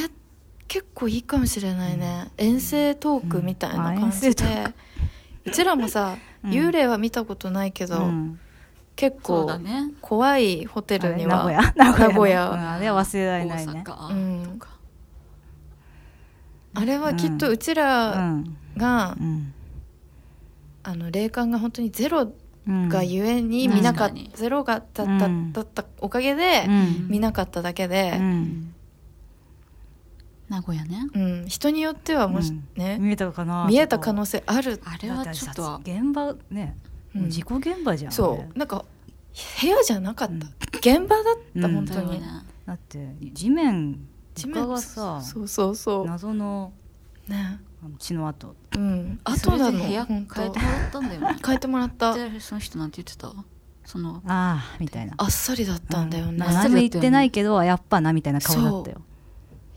[SPEAKER 3] 結構いいかもしれないね、遠征トークみたいな感じで、
[SPEAKER 2] うんあ遠征ト
[SPEAKER 3] うちらもさ、
[SPEAKER 2] うん
[SPEAKER 3] 幽霊は見たことないけど、
[SPEAKER 2] うん
[SPEAKER 3] 結
[SPEAKER 4] ーそうだ
[SPEAKER 3] 構
[SPEAKER 4] ね
[SPEAKER 3] 怖いホテルには
[SPEAKER 2] あれ名古屋 [LAUGHS]
[SPEAKER 3] 名古屋
[SPEAKER 2] のうんあれは忘れら
[SPEAKER 4] 大
[SPEAKER 2] れないね
[SPEAKER 3] あ,、
[SPEAKER 4] 阪、
[SPEAKER 3] うん、あれはきっとうち
[SPEAKER 2] う
[SPEAKER 3] ら
[SPEAKER 2] ん
[SPEAKER 3] が、
[SPEAKER 2] うん
[SPEAKER 3] あの霊感が本当にゼロ
[SPEAKER 2] うん
[SPEAKER 3] がゆえに見なかっ
[SPEAKER 4] うん確かに
[SPEAKER 3] ゼロがだった,、
[SPEAKER 2] うん
[SPEAKER 3] だったおかげで
[SPEAKER 2] うん
[SPEAKER 3] 見なかっただけ
[SPEAKER 2] う
[SPEAKER 3] で、
[SPEAKER 2] ん
[SPEAKER 4] 名古屋ね
[SPEAKER 3] うん人によってはもし、
[SPEAKER 2] うん
[SPEAKER 3] ね
[SPEAKER 2] 見えたかな
[SPEAKER 3] 見えた可能性ある、
[SPEAKER 4] あれはちょっと
[SPEAKER 2] だてさ現場ね
[SPEAKER 3] うん
[SPEAKER 2] 事故現場じゃんあ
[SPEAKER 3] そ
[SPEAKER 2] れ
[SPEAKER 3] うなんか部屋じゃなかった、
[SPEAKER 2] うん
[SPEAKER 3] 現場だった、
[SPEAKER 2] うん
[SPEAKER 3] 本当に、
[SPEAKER 2] だって地面床がさ
[SPEAKER 3] そうそうそう
[SPEAKER 2] 謎の
[SPEAKER 3] ね
[SPEAKER 2] あの血の跡
[SPEAKER 3] うん
[SPEAKER 4] あ
[SPEAKER 3] あ
[SPEAKER 4] と
[SPEAKER 3] と
[SPEAKER 4] だ
[SPEAKER 3] だ
[SPEAKER 4] の
[SPEAKER 3] の
[SPEAKER 4] 部屋変えて
[SPEAKER 3] 本当
[SPEAKER 4] もらったんだよね
[SPEAKER 3] 変えてもら
[SPEAKER 2] [LAUGHS]
[SPEAKER 3] った
[SPEAKER 4] でその人なんて言ってたその
[SPEAKER 2] ああみたいな
[SPEAKER 3] あっさりだったんだよ
[SPEAKER 2] う
[SPEAKER 3] ね、
[SPEAKER 2] まあ何も言ってないけどやっぱなみたいな顔だったよ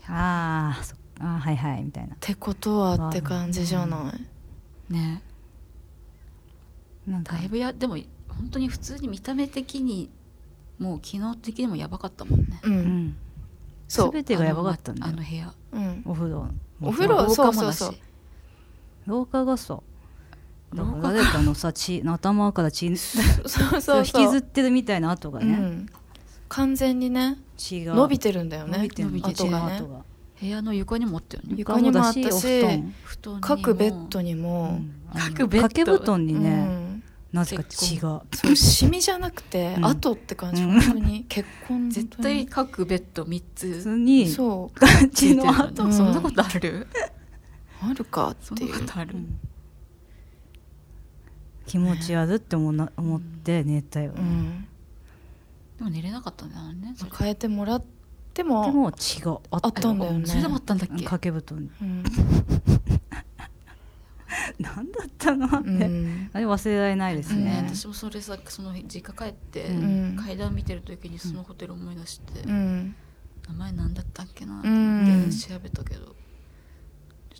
[SPEAKER 2] ああそあーはいはいみたいな
[SPEAKER 3] ってことはって感じじゃない、
[SPEAKER 4] ね
[SPEAKER 2] なんか
[SPEAKER 4] だいぶやでも本当に普通に見た目的にもう機能的にもやばかったもんね
[SPEAKER 3] うん
[SPEAKER 2] うん
[SPEAKER 3] そ
[SPEAKER 2] 全
[SPEAKER 3] う、
[SPEAKER 2] てがやばかったんだ
[SPEAKER 4] あ
[SPEAKER 2] よ
[SPEAKER 4] の部屋
[SPEAKER 3] うん、
[SPEAKER 2] お風呂
[SPEAKER 3] お風呂
[SPEAKER 4] 廊下も
[SPEAKER 3] そうそう
[SPEAKER 4] だし
[SPEAKER 3] そう
[SPEAKER 2] 廊下がさだから
[SPEAKER 4] 廊下
[SPEAKER 2] 誰かのさ血頭から
[SPEAKER 3] [LAUGHS]
[SPEAKER 2] 血
[SPEAKER 3] そう
[SPEAKER 2] そ
[SPEAKER 3] そうう
[SPEAKER 2] 引きずってるみたいな跡が
[SPEAKER 3] う
[SPEAKER 2] ね、
[SPEAKER 3] ん、完全にね
[SPEAKER 2] 血が
[SPEAKER 3] 伸びてるんだよ
[SPEAKER 2] 伸
[SPEAKER 3] ね
[SPEAKER 2] びてる
[SPEAKER 4] 伸びてる
[SPEAKER 3] 跡がね
[SPEAKER 2] 跡が
[SPEAKER 4] 部屋の床にもあったよね
[SPEAKER 3] 床にもあったし
[SPEAKER 2] 床だお布
[SPEAKER 4] 布団にも
[SPEAKER 2] 団
[SPEAKER 3] 各ベッドに
[SPEAKER 2] う
[SPEAKER 3] も、
[SPEAKER 2] んあの
[SPEAKER 4] 各ベッド
[SPEAKER 2] 掛け布団
[SPEAKER 3] う
[SPEAKER 2] に
[SPEAKER 3] ん
[SPEAKER 2] ね、なぜか血
[SPEAKER 4] 結
[SPEAKER 2] が
[SPEAKER 3] そうシミじゃなくて、
[SPEAKER 2] うん
[SPEAKER 3] 跡って感じ
[SPEAKER 2] うん
[SPEAKER 3] 本当に結婚
[SPEAKER 4] 絶対各ベッド3
[SPEAKER 2] 普通
[SPEAKER 4] つ
[SPEAKER 2] に
[SPEAKER 3] そう
[SPEAKER 2] 血の
[SPEAKER 4] あ
[SPEAKER 2] 跡
[SPEAKER 3] うん
[SPEAKER 4] そんなことある
[SPEAKER 3] あるか
[SPEAKER 4] そ
[SPEAKER 3] っ
[SPEAKER 4] ん
[SPEAKER 3] て
[SPEAKER 4] ないこ
[SPEAKER 3] う
[SPEAKER 4] とある
[SPEAKER 2] 気持ち悪って思うな思って寝たよ
[SPEAKER 3] う
[SPEAKER 2] ね、
[SPEAKER 3] ん
[SPEAKER 4] でも寝れなかったんだよねそれ
[SPEAKER 3] 変えてもらって
[SPEAKER 2] で
[SPEAKER 3] も
[SPEAKER 2] も血があっ
[SPEAKER 3] あったんだよね
[SPEAKER 4] それでもあったんだっけ
[SPEAKER 2] 掛け布団に [LAUGHS]
[SPEAKER 3] うん
[SPEAKER 2] 何だったのって、
[SPEAKER 3] うん
[SPEAKER 2] あれ忘れられないですね
[SPEAKER 4] ね、私もそれさその実家帰って、
[SPEAKER 3] うん
[SPEAKER 4] 階段見てる時にそのホテル思い出して、
[SPEAKER 3] うん
[SPEAKER 4] 名前なんだったっけなって
[SPEAKER 3] うん
[SPEAKER 4] 調べたけど、ちょっ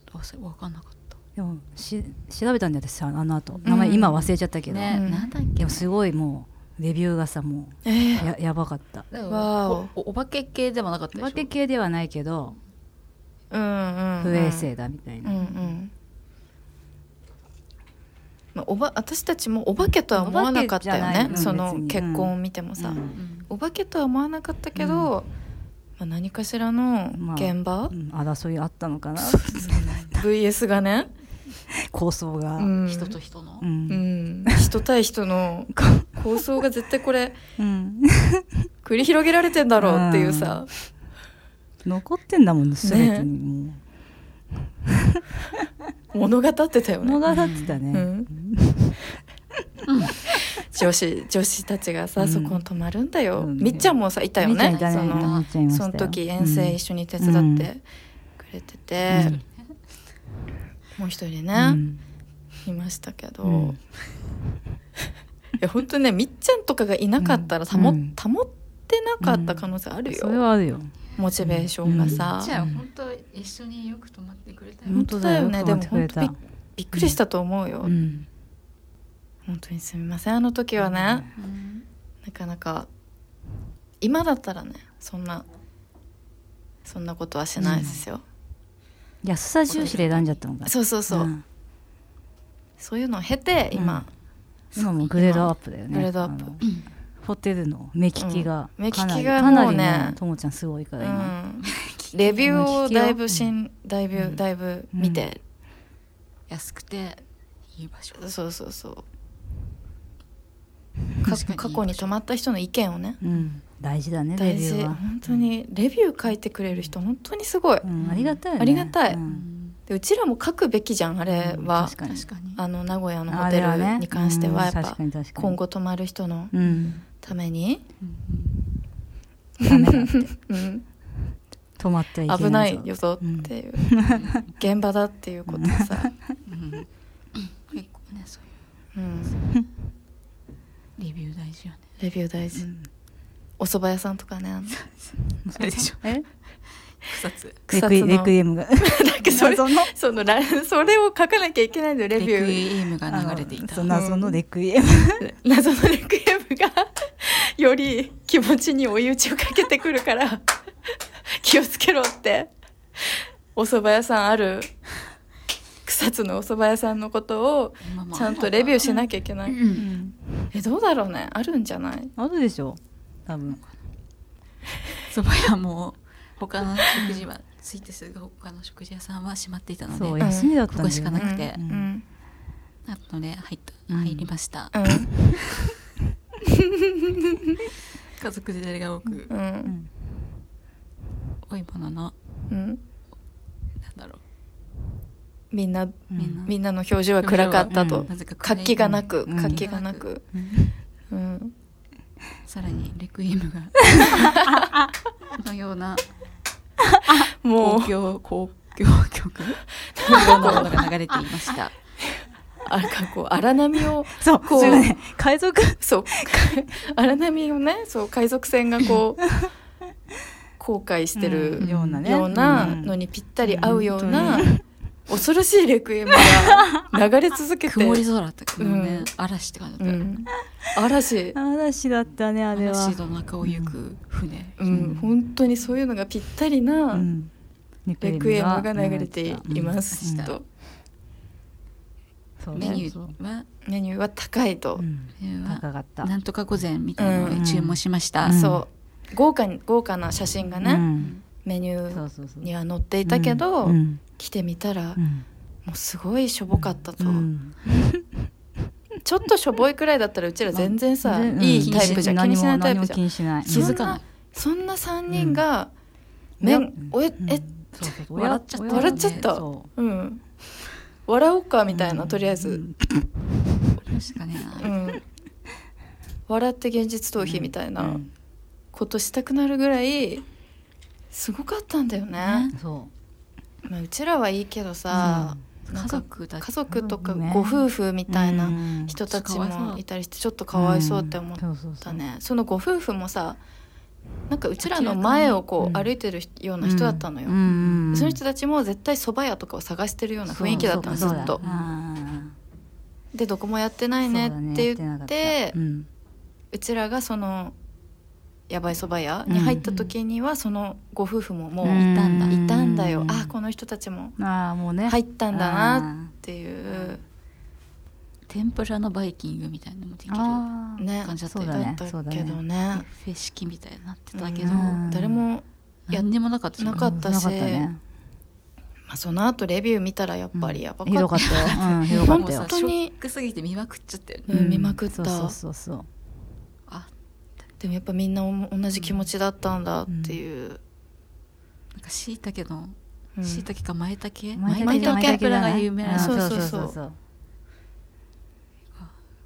[SPEAKER 4] と忘れ分かんなかった
[SPEAKER 2] でもし調べたんだよ私あの後
[SPEAKER 3] ん
[SPEAKER 2] 名前今忘れちゃったけど、
[SPEAKER 4] ね、
[SPEAKER 3] うん
[SPEAKER 4] なんだっ
[SPEAKER 2] で
[SPEAKER 4] け
[SPEAKER 2] もすごいもうレビューがさも
[SPEAKER 3] え
[SPEAKER 2] う
[SPEAKER 3] ー
[SPEAKER 2] ややばかった
[SPEAKER 4] だから
[SPEAKER 3] わお
[SPEAKER 4] おお化け系でもなかった
[SPEAKER 2] お
[SPEAKER 4] でしょ
[SPEAKER 2] 化け系ではないけど
[SPEAKER 3] うんうん
[SPEAKER 2] 不衛生だみたい
[SPEAKER 3] うん
[SPEAKER 2] な、
[SPEAKER 3] うんまあ、おば私たちもお化けとは思わなかったよ
[SPEAKER 2] お化けじゃ
[SPEAKER 3] ね
[SPEAKER 2] ない
[SPEAKER 3] そ
[SPEAKER 2] うん
[SPEAKER 3] の
[SPEAKER 2] 別に
[SPEAKER 3] 結婚を見てもさ、
[SPEAKER 2] うん
[SPEAKER 4] うん
[SPEAKER 3] お化けとは思わなかったけど、
[SPEAKER 2] うん
[SPEAKER 3] まあ、何かしらの
[SPEAKER 2] まあ
[SPEAKER 3] 現場、
[SPEAKER 2] うん争いあったのかな
[SPEAKER 3] VS がね、
[SPEAKER 2] 構想が、
[SPEAKER 3] うん、
[SPEAKER 4] 人と人の、
[SPEAKER 2] うん
[SPEAKER 3] うん、人対人
[SPEAKER 2] [LAUGHS]
[SPEAKER 3] の構想が絶対これ
[SPEAKER 2] うん
[SPEAKER 3] 繰り広げられてんだろうっていうさ、
[SPEAKER 2] 残ってんだもんね全てにもう
[SPEAKER 3] 物語ってたよね
[SPEAKER 2] 物語ってたね、
[SPEAKER 3] うん女子女子たちがさ、
[SPEAKER 2] うん
[SPEAKER 3] そこに泊まるんだよ、
[SPEAKER 2] うん
[SPEAKER 3] みっちゃんもさいたよ
[SPEAKER 2] みっちゃん
[SPEAKER 3] ね
[SPEAKER 2] いたね
[SPEAKER 3] そ
[SPEAKER 2] みっちゃん
[SPEAKER 3] の
[SPEAKER 2] いましたよ
[SPEAKER 3] その時遠征一緒に手伝ってくれてて、もう一人ね、
[SPEAKER 2] うん
[SPEAKER 3] いましたけど、
[SPEAKER 2] うん
[SPEAKER 3] いや本当にねみっちゃんとかがいなかったら保,、
[SPEAKER 2] うん
[SPEAKER 3] 保ってなかった可能性あるよ、
[SPEAKER 2] それはあるよ
[SPEAKER 3] モチベーションがさ、
[SPEAKER 4] じゃあ本当一緒によく泊まってくれたよ
[SPEAKER 3] 本当だよね
[SPEAKER 2] 本当
[SPEAKER 3] で
[SPEAKER 2] だよ
[SPEAKER 3] も本当び
[SPEAKER 2] よ
[SPEAKER 3] っ
[SPEAKER 2] く待ってく
[SPEAKER 3] びっくりしたと思うよ、
[SPEAKER 2] うん
[SPEAKER 3] 本当にすみませんあの時はね、
[SPEAKER 4] うん
[SPEAKER 3] なかなか今だったらねそんなそんなことはしないですよ、
[SPEAKER 2] 安さ重視で選んじゃったのか
[SPEAKER 3] そうそうそう、
[SPEAKER 2] ん
[SPEAKER 3] そういうのを経て今、
[SPEAKER 2] 今もグレードアップだよね
[SPEAKER 3] グレードアップ
[SPEAKER 2] あのホテルの目利きが
[SPEAKER 3] うん目利きが
[SPEAKER 2] かなり
[SPEAKER 3] もうね
[SPEAKER 2] かなりねともちゃんすごいか
[SPEAKER 3] う
[SPEAKER 2] ら今、
[SPEAKER 3] んレビューをだいぶしんだいぶ
[SPEAKER 2] ん
[SPEAKER 3] だいぶ見て、
[SPEAKER 4] 安くていい場所
[SPEAKER 3] そうそうそうか
[SPEAKER 4] 確かに
[SPEAKER 3] 過去に泊まった人の意見をね
[SPEAKER 2] うん大事だねレ
[SPEAKER 3] 大
[SPEAKER 2] ビ
[SPEAKER 3] 事
[SPEAKER 2] ューは、
[SPEAKER 3] 本当にレビュー書いてくれる人本当にすごい、
[SPEAKER 2] うん、ありがたいよね
[SPEAKER 3] ありがたい
[SPEAKER 2] うん
[SPEAKER 3] でうちらも書くべきじゃんあれは、
[SPEAKER 2] 確かに
[SPEAKER 4] 確かに
[SPEAKER 3] あの名古屋のホ
[SPEAKER 2] あ
[SPEAKER 3] テ
[SPEAKER 2] れは
[SPEAKER 3] ル
[SPEAKER 2] ね
[SPEAKER 3] に関してはやっ
[SPEAKER 2] う
[SPEAKER 3] ぱ
[SPEAKER 2] ん確かに確かに
[SPEAKER 3] 今後泊まる人の
[SPEAKER 2] うん
[SPEAKER 3] ために、
[SPEAKER 2] ダメだって
[SPEAKER 3] うん、
[SPEAKER 2] 止まってはいけないぞ
[SPEAKER 3] 危ない [LAUGHS] よぞっていう、現場だっていうことをさ、
[SPEAKER 4] 結構ねそうい
[SPEAKER 3] [LAUGHS] うん、
[SPEAKER 4] うレビュー大事よね
[SPEAKER 3] レビュー大事、
[SPEAKER 2] うん
[SPEAKER 3] お蕎麦屋さんとかねあの
[SPEAKER 4] あれでしょ
[SPEAKER 2] え
[SPEAKER 4] 草津
[SPEAKER 2] レ
[SPEAKER 3] 草
[SPEAKER 2] ク
[SPEAKER 3] 津
[SPEAKER 2] イレ
[SPEAKER 3] の
[SPEAKER 2] クイエムが
[SPEAKER 3] [LAUGHS] なんかそれ [LAUGHS] そのラそれを書かなきゃいけないんだよレ
[SPEAKER 4] レ
[SPEAKER 3] ビ
[SPEAKER 4] ビ
[SPEAKER 3] ュ
[SPEAKER 4] ュー EM
[SPEAKER 3] ー
[SPEAKER 4] が流れていた
[SPEAKER 2] そう謎のレクイエム
[SPEAKER 3] [LAUGHS] 謎のレクイエムが [LAUGHS] より気持ちに追い打ちをかけてくるから [LAUGHS] 気をつけろってお蕎麦屋さんある草津のお蕎麦屋さんのことを
[SPEAKER 4] 今も
[SPEAKER 3] ちゃんとレビューし
[SPEAKER 4] い
[SPEAKER 3] なきゃいけな
[SPEAKER 4] う
[SPEAKER 3] い
[SPEAKER 4] ん
[SPEAKER 3] えどうだろうねあるんじゃない
[SPEAKER 2] あるでしょ多分
[SPEAKER 4] そば屋も他の食事はついてすぐ他の食事屋さんは閉まっていたので
[SPEAKER 2] そう
[SPEAKER 3] や
[SPEAKER 2] 休みだったん
[SPEAKER 4] こ
[SPEAKER 2] だ
[SPEAKER 4] こ
[SPEAKER 2] よね
[SPEAKER 4] しかなくて
[SPEAKER 3] う、ん
[SPEAKER 4] なので入った
[SPEAKER 2] うん
[SPEAKER 4] 入りました、
[SPEAKER 3] うん
[SPEAKER 4] 家族連れが多く
[SPEAKER 3] う
[SPEAKER 2] うんん
[SPEAKER 4] 多いものの
[SPEAKER 3] うん
[SPEAKER 4] なんだろ
[SPEAKER 3] みんな
[SPEAKER 2] う
[SPEAKER 4] みんな
[SPEAKER 3] みんなの表情は暗かった
[SPEAKER 2] う
[SPEAKER 3] と
[SPEAKER 4] うなぜか暗い
[SPEAKER 3] 活気がなく
[SPEAKER 2] うん
[SPEAKER 3] 活気がなくうん
[SPEAKER 4] さらにレクイエムが
[SPEAKER 3] [LAUGHS]
[SPEAKER 4] のような
[SPEAKER 3] も
[SPEAKER 4] 公
[SPEAKER 3] う
[SPEAKER 4] 共公共
[SPEAKER 3] [LAUGHS]
[SPEAKER 4] 曲のようなものが流れていました
[SPEAKER 3] あれかこう荒波を
[SPEAKER 2] そう
[SPEAKER 3] こう
[SPEAKER 2] そうね海賊
[SPEAKER 3] そうか荒波をねそう海賊船がこう航海してる
[SPEAKER 2] うんようなね
[SPEAKER 3] ような
[SPEAKER 2] うん
[SPEAKER 3] のにぴったり合うような恐ろしいレクイエムが流れ続けて
[SPEAKER 4] 曇り空だったけどね、
[SPEAKER 3] うん
[SPEAKER 4] 嵐って感じだ
[SPEAKER 3] う
[SPEAKER 4] ったよ、
[SPEAKER 3] ん、嵐、
[SPEAKER 2] 嵐だったねあれは
[SPEAKER 4] 嵐の中を行く船、
[SPEAKER 3] うん、本当にそういうのがぴったりな
[SPEAKER 2] うん
[SPEAKER 3] レクイエムが流れていま
[SPEAKER 4] う
[SPEAKER 3] す、
[SPEAKER 4] んうん
[SPEAKER 3] と
[SPEAKER 2] そう
[SPEAKER 4] メニュ
[SPEAKER 2] そう
[SPEAKER 4] ーは
[SPEAKER 3] メニューは高いと
[SPEAKER 2] う、ん
[SPEAKER 4] メニューは
[SPEAKER 2] 高かった
[SPEAKER 4] なんとか午前みたいなのを注文しました、
[SPEAKER 2] うん
[SPEAKER 3] そう豪華に豪華な写真がね、
[SPEAKER 2] うん
[SPEAKER 3] メニュ
[SPEAKER 2] そ
[SPEAKER 3] ー
[SPEAKER 2] うそうそう
[SPEAKER 3] には載っていたけど、
[SPEAKER 2] うん
[SPEAKER 3] 来てみたら、
[SPEAKER 2] う
[SPEAKER 3] も
[SPEAKER 2] ん
[SPEAKER 3] うすごいしょぼかったと。
[SPEAKER 2] うん
[SPEAKER 3] ちょっとしょぼいくらいだったらうちら全然さ、
[SPEAKER 2] 全然
[SPEAKER 3] いいタイプじゃん気
[SPEAKER 2] 何
[SPEAKER 3] に
[SPEAKER 2] も
[SPEAKER 3] しないタイプ
[SPEAKER 2] 何も
[SPEAKER 3] じゃ
[SPEAKER 2] 気
[SPEAKER 3] ん
[SPEAKER 2] にしない
[SPEAKER 4] 気づかない
[SPEAKER 3] そんな3人が、
[SPEAKER 2] うん
[SPEAKER 3] め
[SPEAKER 2] うん
[SPEAKER 3] おえ
[SPEAKER 2] うん
[SPEAKER 3] え
[SPEAKER 2] そうそうそう
[SPEAKER 4] 笑っちゃった
[SPEAKER 2] 親
[SPEAKER 3] 笑っちゃった
[SPEAKER 2] そ
[SPEAKER 3] うん笑おうかみたいな、
[SPEAKER 2] うん
[SPEAKER 3] とりあえ
[SPEAKER 2] うう
[SPEAKER 3] ず、
[SPEAKER 2] ん
[SPEAKER 4] しかねえ
[SPEAKER 3] う、
[SPEAKER 4] なん
[SPEAKER 3] 笑って現実逃避みたいな
[SPEAKER 2] うん
[SPEAKER 3] ことしたくなるぐらいすごかったんだよね、
[SPEAKER 2] そ
[SPEAKER 3] まあ、うちらはいいけどさ、
[SPEAKER 4] 家
[SPEAKER 3] なんか
[SPEAKER 4] 族だけ
[SPEAKER 3] 家族とか
[SPEAKER 2] ね
[SPEAKER 3] ご夫婦み
[SPEAKER 2] う
[SPEAKER 3] たいうなん人たち
[SPEAKER 4] うんかわいそ
[SPEAKER 3] も
[SPEAKER 4] う
[SPEAKER 3] いたりしてちょっとかわいそうって思っ
[SPEAKER 2] そうそうそ
[SPEAKER 3] だ
[SPEAKER 2] う
[SPEAKER 3] ねそのご夫婦もさなんかうちらの前をこ
[SPEAKER 2] 明ら
[SPEAKER 3] う
[SPEAKER 2] かに
[SPEAKER 3] 歩いてるような人だったのよ、
[SPEAKER 2] うんうんうん
[SPEAKER 3] その人たちも絶対蕎麦屋とかを探してるような雰囲気だったのず
[SPEAKER 2] そうそう
[SPEAKER 3] っと
[SPEAKER 2] そうだあ
[SPEAKER 3] でどこもやってない
[SPEAKER 2] ー
[SPEAKER 3] ね
[SPEAKER 2] そうだ
[SPEAKER 3] って言
[SPEAKER 2] や
[SPEAKER 3] っ
[SPEAKER 2] な
[SPEAKER 3] て
[SPEAKER 2] かったうん
[SPEAKER 3] うちらがそのやばい蕎麦屋に入った時にはそのご夫婦ももういたんだ、
[SPEAKER 2] うん
[SPEAKER 3] いたんだよ
[SPEAKER 2] うん
[SPEAKER 3] あこの人たちも
[SPEAKER 2] ああもうね
[SPEAKER 3] 入
[SPEAKER 2] っ
[SPEAKER 3] ったんだなっていう
[SPEAKER 4] 天ぷらのバイキングみたいなのもできる
[SPEAKER 2] あー
[SPEAKER 3] ね
[SPEAKER 4] 感じだったよ
[SPEAKER 2] そう
[SPEAKER 3] だ
[SPEAKER 2] ね
[SPEAKER 3] った
[SPEAKER 2] そうだ
[SPEAKER 3] け
[SPEAKER 2] ね
[SPEAKER 3] どね
[SPEAKER 4] フェ式みたいになってたけ
[SPEAKER 3] けど
[SPEAKER 4] ど、
[SPEAKER 2] うん
[SPEAKER 3] 誰も、
[SPEAKER 4] 何にもなかったし
[SPEAKER 3] なかったし
[SPEAKER 2] うんね
[SPEAKER 3] まあ、その後レビュー見たらやっぱりやば
[SPEAKER 2] ひど
[SPEAKER 3] か
[SPEAKER 2] か
[SPEAKER 3] っ
[SPEAKER 2] ったよ
[SPEAKER 3] [LAUGHS]
[SPEAKER 2] うんひ
[SPEAKER 4] も
[SPEAKER 2] ど
[SPEAKER 4] う
[SPEAKER 2] か
[SPEAKER 4] さ
[SPEAKER 2] った
[SPEAKER 3] 本当
[SPEAKER 2] よ
[SPEAKER 3] に
[SPEAKER 4] ショックすぎて見まくっちゃったよね
[SPEAKER 3] た、うん、見まくった、
[SPEAKER 2] そうそうそう
[SPEAKER 4] あ
[SPEAKER 3] でもやっぱみんなおも同じ気持ちだったんだっていう、
[SPEAKER 4] なんしいたけの
[SPEAKER 3] うん
[SPEAKER 4] しいたけかまいたけ
[SPEAKER 2] 舞
[SPEAKER 3] 舞
[SPEAKER 2] 茸
[SPEAKER 3] 茸
[SPEAKER 2] 舞茸だね
[SPEAKER 4] が有名な
[SPEAKER 2] あー
[SPEAKER 3] そうそうそう
[SPEAKER 2] そう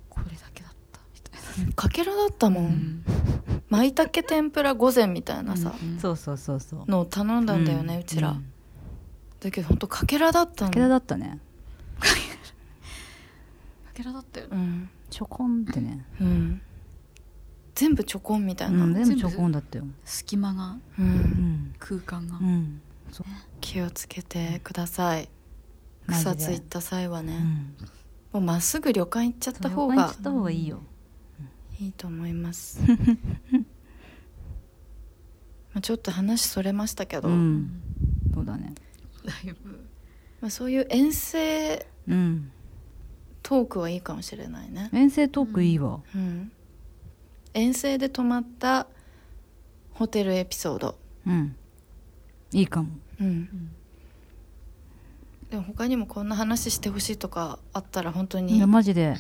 [SPEAKER 4] これだけだったみたい
[SPEAKER 3] かけらだったも
[SPEAKER 4] な、
[SPEAKER 3] ん舞茸天ぷら午前みたいなさ、
[SPEAKER 4] うん
[SPEAKER 2] そうそうそうそう
[SPEAKER 3] のを頼んだんだよね、うちら、
[SPEAKER 2] ん
[SPEAKER 3] だけどほんとかけらだったの
[SPEAKER 2] 武田だったね
[SPEAKER 4] かけらだったよね
[SPEAKER 3] うん、
[SPEAKER 2] ちょこんってね、
[SPEAKER 3] うん、全部チョコンみたい
[SPEAKER 2] う、
[SPEAKER 3] な、うんん
[SPEAKER 2] 全部ちょこんだったよ
[SPEAKER 4] 隙間が
[SPEAKER 2] うん
[SPEAKER 4] 空間が、
[SPEAKER 2] うんそう
[SPEAKER 3] 気をつけてください
[SPEAKER 2] マジで
[SPEAKER 3] 草ついた際は
[SPEAKER 2] う
[SPEAKER 3] ね、
[SPEAKER 2] ん
[SPEAKER 3] もうまっすぐ旅館行っちゃっ
[SPEAKER 2] そう
[SPEAKER 3] た方
[SPEAKER 2] 横に
[SPEAKER 3] が
[SPEAKER 2] 行った方がいいよ
[SPEAKER 3] いいと思い
[SPEAKER 2] [LAUGHS]
[SPEAKER 3] ます。まあちょっと話それましたけど、
[SPEAKER 2] うんそうだね
[SPEAKER 4] だいぶ
[SPEAKER 3] まあそういう遠征
[SPEAKER 2] うん
[SPEAKER 3] トークはいいかもしれないね。
[SPEAKER 2] 遠征トークいいわ
[SPEAKER 3] うん、遠征で泊まったホテルエピソード、
[SPEAKER 2] うんいいかも
[SPEAKER 3] うん
[SPEAKER 4] ん
[SPEAKER 3] でも他にもこんな話してほしいとかあったら本当
[SPEAKER 2] い
[SPEAKER 3] に
[SPEAKER 2] やマジであ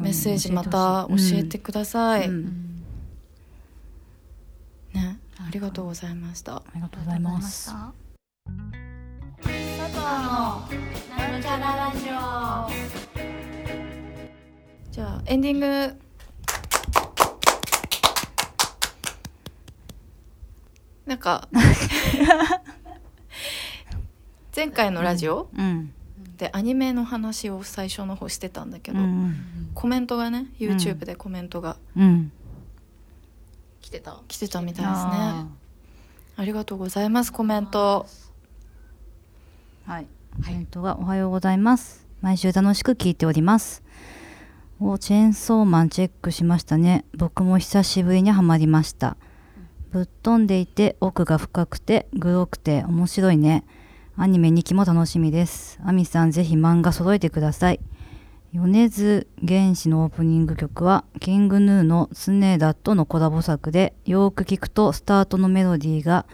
[SPEAKER 2] の
[SPEAKER 3] メッセージまた教
[SPEAKER 2] ほしい
[SPEAKER 3] えてください、
[SPEAKER 2] うんうん
[SPEAKER 4] ん
[SPEAKER 3] ね、ありがとうございました
[SPEAKER 2] ありがとうございます
[SPEAKER 1] なんちゃらラジオ
[SPEAKER 3] じゃあエンディングなん
[SPEAKER 2] [LAUGHS]
[SPEAKER 3] か前回のラジオ
[SPEAKER 2] うん
[SPEAKER 3] でアニメの話を最初の方してたんだけ
[SPEAKER 2] う
[SPEAKER 3] ど、
[SPEAKER 2] ん
[SPEAKER 3] コメントがね
[SPEAKER 2] ん
[SPEAKER 3] YouTube でコメントが
[SPEAKER 2] うん
[SPEAKER 4] 来てた
[SPEAKER 3] 来てたみたいですね、あ
[SPEAKER 2] あ
[SPEAKER 3] りがとうございますコメント
[SPEAKER 2] ーはいコメントがおはようございます毎週楽しく聞いておりますおチェーンソーマンチェックしましたね僕も久しぶりにはまりましたぶっ飛んでいて奥が深くてグロくて面白いねアニメ2期も楽しみですアミさんぜひ漫画揃えてください米津玄師のオープニング曲はキングヌーのスネーダとのコラボ作でよーく聞くとスタートのメロディーが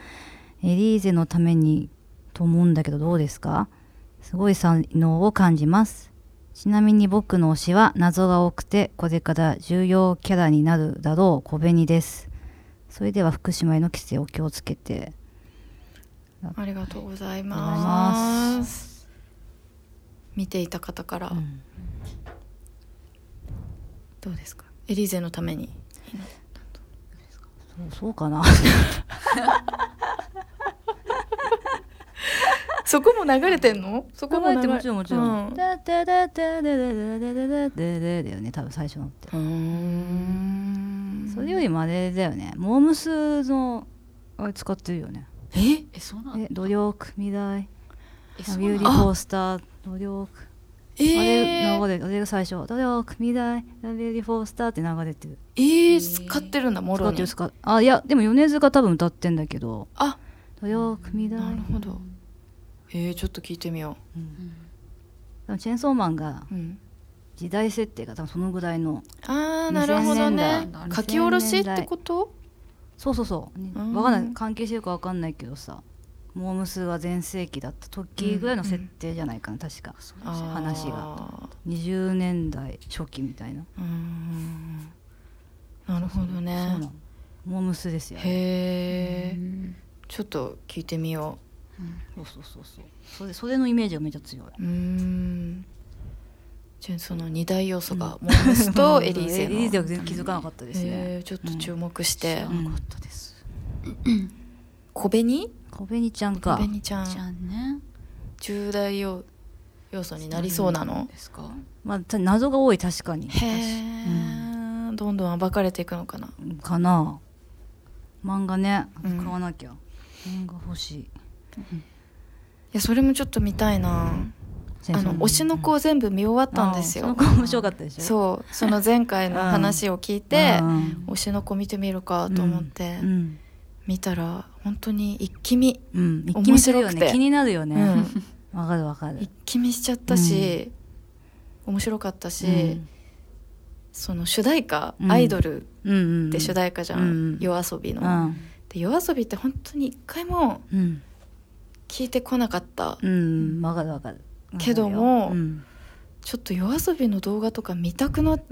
[SPEAKER 2] エリーゼのためにと思うんだけどどうですかすごい才能を感じますちなみに僕の推しは謎が多くてこれから重要キャラになるだろう小紅ですそれでは福島への帰省を気をつけて
[SPEAKER 3] ありがとうござい
[SPEAKER 2] ありが
[SPEAKER 3] ま
[SPEAKER 2] とうございます
[SPEAKER 3] 見ていた方から
[SPEAKER 2] うん
[SPEAKER 3] どうですかエリーゼのために
[SPEAKER 2] そうそうかな
[SPEAKER 3] そこも流れてんのそこも流
[SPEAKER 2] 考えてもちろんもちろ。
[SPEAKER 3] うん
[SPEAKER 2] だだだだだだだだだだだよね多分最初のって。
[SPEAKER 3] うーん
[SPEAKER 2] それよりもあれだよねモームスのあれ使ってるよね
[SPEAKER 3] え
[SPEAKER 4] えそうなん
[SPEAKER 2] え努力未来
[SPEAKER 4] え
[SPEAKER 2] ビ
[SPEAKER 4] そう
[SPEAKER 2] ュ
[SPEAKER 4] な
[SPEAKER 2] ーティフ
[SPEAKER 4] ん
[SPEAKER 2] ォースター努力
[SPEAKER 3] え
[SPEAKER 2] あれ
[SPEAKER 3] ー、
[SPEAKER 2] 流れあれが最初努力未来ビューティフォースターって流れてる
[SPEAKER 3] えー、使ってるんだも
[SPEAKER 2] 使
[SPEAKER 3] ろ
[SPEAKER 2] って
[SPEAKER 3] に
[SPEAKER 2] る使っあいやでも米津が多分歌ってんだけど
[SPEAKER 3] あ
[SPEAKER 2] 努力未来
[SPEAKER 3] なるほどえー、ちょっと聞いてみよ
[SPEAKER 4] うん
[SPEAKER 2] 多分チェーンソーマンが
[SPEAKER 3] う、うん、
[SPEAKER 2] 時代設定が多分そのぐらいの
[SPEAKER 3] あーなるほどね
[SPEAKER 4] 2000年代
[SPEAKER 3] 書き下ろしってこと
[SPEAKER 2] そうそうそうね
[SPEAKER 3] うん
[SPEAKER 2] わかんない関係してるかわかんないけどさモームスが全盛期だった時ぐらいの設定じゃないかな確か
[SPEAKER 4] そう
[SPEAKER 3] あー
[SPEAKER 2] 話が20年代初期みたいな
[SPEAKER 3] うーんなるほど
[SPEAKER 2] そうな
[SPEAKER 3] ね
[SPEAKER 2] のモームスですよね
[SPEAKER 3] へ
[SPEAKER 4] う
[SPEAKER 3] え
[SPEAKER 4] ん
[SPEAKER 3] ちょっと聞いてみよ
[SPEAKER 2] そうそうそうそうそれそれのイメージがめっちゃ強いう
[SPEAKER 3] うーんじゃあその二大要素がモームス
[SPEAKER 2] [LAUGHS]
[SPEAKER 3] とエリーゼ
[SPEAKER 2] エリーゼ
[SPEAKER 3] の
[SPEAKER 2] は全然気づかなかったです
[SPEAKER 3] へ
[SPEAKER 2] ね
[SPEAKER 3] ーちょっと注目して、
[SPEAKER 4] 知らなかったです
[SPEAKER 3] 小紅
[SPEAKER 2] 小紅ちゃん
[SPEAKER 3] 小
[SPEAKER 2] か
[SPEAKER 3] 紅ちゃ
[SPEAKER 4] じゃ
[SPEAKER 3] ん
[SPEAKER 4] あね
[SPEAKER 3] 重大要要素になりそうなの
[SPEAKER 4] ですか
[SPEAKER 2] まあた謎が多い確かに
[SPEAKER 3] へえ、どんどん暴かれていくのかな
[SPEAKER 2] かな漫画ね
[SPEAKER 3] うん
[SPEAKER 2] 買わなきゃ、漫画欲しい
[SPEAKER 3] いやそれもちょっと見たいな、あの推しの子を全部見終わったんです
[SPEAKER 2] あー
[SPEAKER 3] よ
[SPEAKER 2] 推しの子面白かったでしょう
[SPEAKER 3] そうその前回の話を聞いて、
[SPEAKER 2] うん
[SPEAKER 3] 推しの子見てみるかと思って、
[SPEAKER 2] うん
[SPEAKER 3] 見たら本当に一気見、
[SPEAKER 2] うん、一気見するよ
[SPEAKER 3] 面白く
[SPEAKER 2] ね
[SPEAKER 3] て
[SPEAKER 2] 気になるよ
[SPEAKER 3] う
[SPEAKER 2] ねわ、
[SPEAKER 3] ん、
[SPEAKER 2] かるわかる
[SPEAKER 3] 一気見しちゃったし、面白かったし、
[SPEAKER 2] うん
[SPEAKER 3] その主題歌、
[SPEAKER 2] うん
[SPEAKER 3] アイドル
[SPEAKER 2] うんうん
[SPEAKER 3] って主題歌じゃん、
[SPEAKER 2] うん
[SPEAKER 3] 夜遊びの、
[SPEAKER 2] うん
[SPEAKER 3] で夜遊びって本当に一回も
[SPEAKER 2] うん
[SPEAKER 3] 聞いてこなかった、
[SPEAKER 2] うんわかるわかる
[SPEAKER 3] けども
[SPEAKER 2] うん
[SPEAKER 3] ちょっと夜遊びの動画とか見たくなっ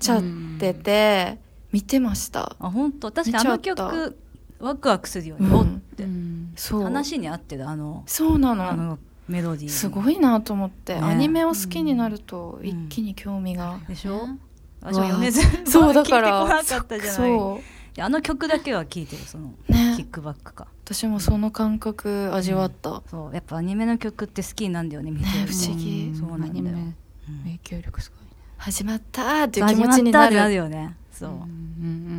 [SPEAKER 3] ちゃってて、見てました
[SPEAKER 2] あ本当確かにあの
[SPEAKER 3] 見ちゃった
[SPEAKER 2] 曲ワクワクするよ
[SPEAKER 3] う
[SPEAKER 2] ね、
[SPEAKER 3] ん
[SPEAKER 2] おって、
[SPEAKER 4] うん
[SPEAKER 3] そう
[SPEAKER 2] 話に合ってるあの
[SPEAKER 3] そうな
[SPEAKER 2] あ
[SPEAKER 3] の
[SPEAKER 2] のメロディー
[SPEAKER 3] す
[SPEAKER 2] い
[SPEAKER 3] ごいなと思って、
[SPEAKER 2] ね
[SPEAKER 3] アニメを好きになると
[SPEAKER 2] うん
[SPEAKER 3] 一気に興味が、
[SPEAKER 2] でしょ
[SPEAKER 4] ね
[SPEAKER 2] 私も
[SPEAKER 3] うわ
[SPEAKER 2] 米津さん
[SPEAKER 3] そうだ
[SPEAKER 2] 聞いて
[SPEAKER 3] か
[SPEAKER 2] こ
[SPEAKER 3] ら
[SPEAKER 2] なかったじゃない
[SPEAKER 3] そ
[SPEAKER 2] であの曲だけは聞いてるその
[SPEAKER 3] う
[SPEAKER 2] キッ
[SPEAKER 3] ね
[SPEAKER 2] クバックか
[SPEAKER 3] 私もその感覚味わった、
[SPEAKER 2] そうやっぱアニメの曲って好きなんだよね見て
[SPEAKER 3] ね
[SPEAKER 2] ると
[SPEAKER 3] 不思議
[SPEAKER 2] そうなんだよ
[SPEAKER 4] アニメ
[SPEAKER 2] うん
[SPEAKER 4] 影響力すごいね
[SPEAKER 3] 始まったーっていう気
[SPEAKER 2] 始
[SPEAKER 3] 持
[SPEAKER 2] まっ
[SPEAKER 3] ちに
[SPEAKER 2] た
[SPEAKER 3] な
[SPEAKER 2] って
[SPEAKER 3] る
[SPEAKER 2] なるよねそう、
[SPEAKER 4] うんうんうん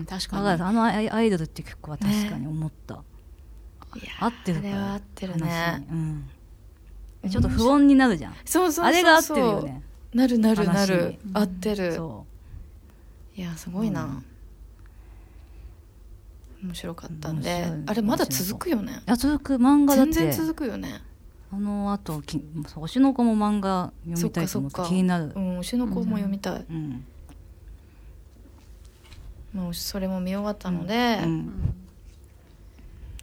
[SPEAKER 4] 確か
[SPEAKER 2] だ
[SPEAKER 4] に
[SPEAKER 2] からあのアイアイドルって曲は確かに思った、
[SPEAKER 3] いやー
[SPEAKER 2] 合ってる
[SPEAKER 3] あ
[SPEAKER 2] か
[SPEAKER 3] れは合
[SPEAKER 2] ら
[SPEAKER 3] ってる
[SPEAKER 2] 話に
[SPEAKER 3] ね
[SPEAKER 2] うんちょっと不穏になるじゃん
[SPEAKER 3] そうそうそうそう
[SPEAKER 2] あれが合ってるよね
[SPEAKER 3] なるなるな
[SPEAKER 2] 話
[SPEAKER 3] る
[SPEAKER 2] に
[SPEAKER 3] 合ってる
[SPEAKER 2] そ
[SPEAKER 3] いやすごいな、
[SPEAKER 2] うん
[SPEAKER 3] 面白かったん
[SPEAKER 2] 面
[SPEAKER 3] で
[SPEAKER 2] 白い
[SPEAKER 3] あれまだ続くよね
[SPEAKER 2] うあ続く漫画だっ
[SPEAKER 3] 全
[SPEAKER 2] て
[SPEAKER 3] 然続くよね
[SPEAKER 2] あのあときそう推しの子も漫画読みたいと思って
[SPEAKER 3] そっかそっか
[SPEAKER 2] 気になる
[SPEAKER 3] うん推しの子も読みたい、
[SPEAKER 2] うん
[SPEAKER 3] もうそれも見終わったので、
[SPEAKER 2] うん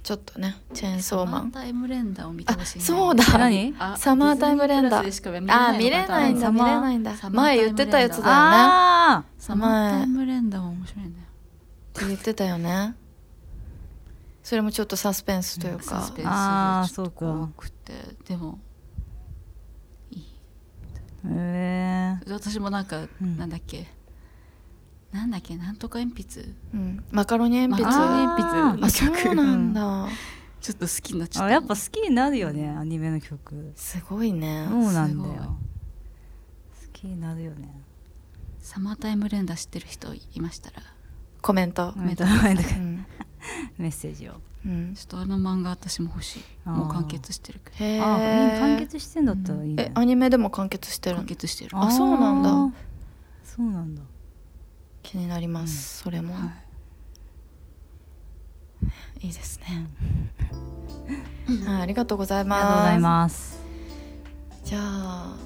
[SPEAKER 3] ちょっとねチェーンソーマ
[SPEAKER 4] サマー
[SPEAKER 3] ン
[SPEAKER 4] タイムレンダーを見て
[SPEAKER 3] あ
[SPEAKER 4] ほしいね
[SPEAKER 3] そうだ
[SPEAKER 2] 何
[SPEAKER 4] あ
[SPEAKER 3] サマータイムレンダ
[SPEAKER 4] ディズニープラスで
[SPEAKER 3] ー
[SPEAKER 4] しか
[SPEAKER 3] あ見れないんだ
[SPEAKER 2] サ
[SPEAKER 3] 見れ
[SPEAKER 2] マー
[SPEAKER 3] ないんだ
[SPEAKER 4] サマー
[SPEAKER 3] 前言ってたやつだよね
[SPEAKER 2] あ
[SPEAKER 4] サマータイムレンダーも面白いね
[SPEAKER 3] 言ってたよねそれもちょっとサスペンスという
[SPEAKER 4] サ
[SPEAKER 3] か
[SPEAKER 4] スペンス
[SPEAKER 2] あ
[SPEAKER 4] が
[SPEAKER 2] ー
[SPEAKER 4] ちょっと怖くてでもいい
[SPEAKER 2] ーへ
[SPEAKER 4] 私もなんか、
[SPEAKER 2] うん
[SPEAKER 4] なんだっけなんだっけなんとか鉛筆
[SPEAKER 3] うんマカロニ鉛筆
[SPEAKER 4] マカロニ
[SPEAKER 3] あ
[SPEAKER 4] 鉛筆
[SPEAKER 2] あー
[SPEAKER 4] の曲
[SPEAKER 3] そうなんだ
[SPEAKER 4] ちょっと好きになっちゃっ
[SPEAKER 2] え
[SPEAKER 4] た
[SPEAKER 2] あやっぱ好きになるよねアニメの曲
[SPEAKER 3] すごいね
[SPEAKER 2] そうなんだ
[SPEAKER 4] すごい
[SPEAKER 2] よ好きになるよね
[SPEAKER 4] サマータイムレンダー知ってる人いましたら
[SPEAKER 3] コメント
[SPEAKER 2] ごめんなさい
[SPEAKER 3] うん
[SPEAKER 2] メッセージを
[SPEAKER 3] うん
[SPEAKER 4] ちょっとあの漫画私も欲しい
[SPEAKER 2] あー
[SPEAKER 4] もう完結してるけど
[SPEAKER 3] へえ
[SPEAKER 2] あいい完結してんだったらいい
[SPEAKER 3] え
[SPEAKER 2] ね
[SPEAKER 3] アニメでも完結してる
[SPEAKER 4] 完結してる
[SPEAKER 3] あそうなんだ
[SPEAKER 2] あーそうなんだ
[SPEAKER 3] 気になりますそれも
[SPEAKER 4] はい
[SPEAKER 3] いいですね [LAUGHS] はいありがとうござい
[SPEAKER 2] ありがとうござい
[SPEAKER 3] ま
[SPEAKER 2] ます
[SPEAKER 3] すじゃあ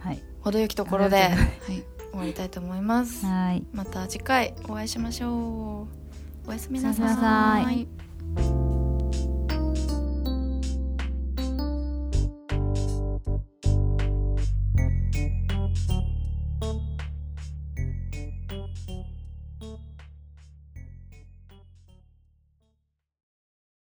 [SPEAKER 2] はい
[SPEAKER 3] 程よきところで
[SPEAKER 4] はい
[SPEAKER 3] 終わりたいと思います
[SPEAKER 2] はい
[SPEAKER 3] また次回お会いしましょうおやすみ
[SPEAKER 2] おや
[SPEAKER 3] な
[SPEAKER 2] す
[SPEAKER 3] さ
[SPEAKER 2] みな
[SPEAKER 3] ー
[SPEAKER 2] さい
[SPEAKER 3] い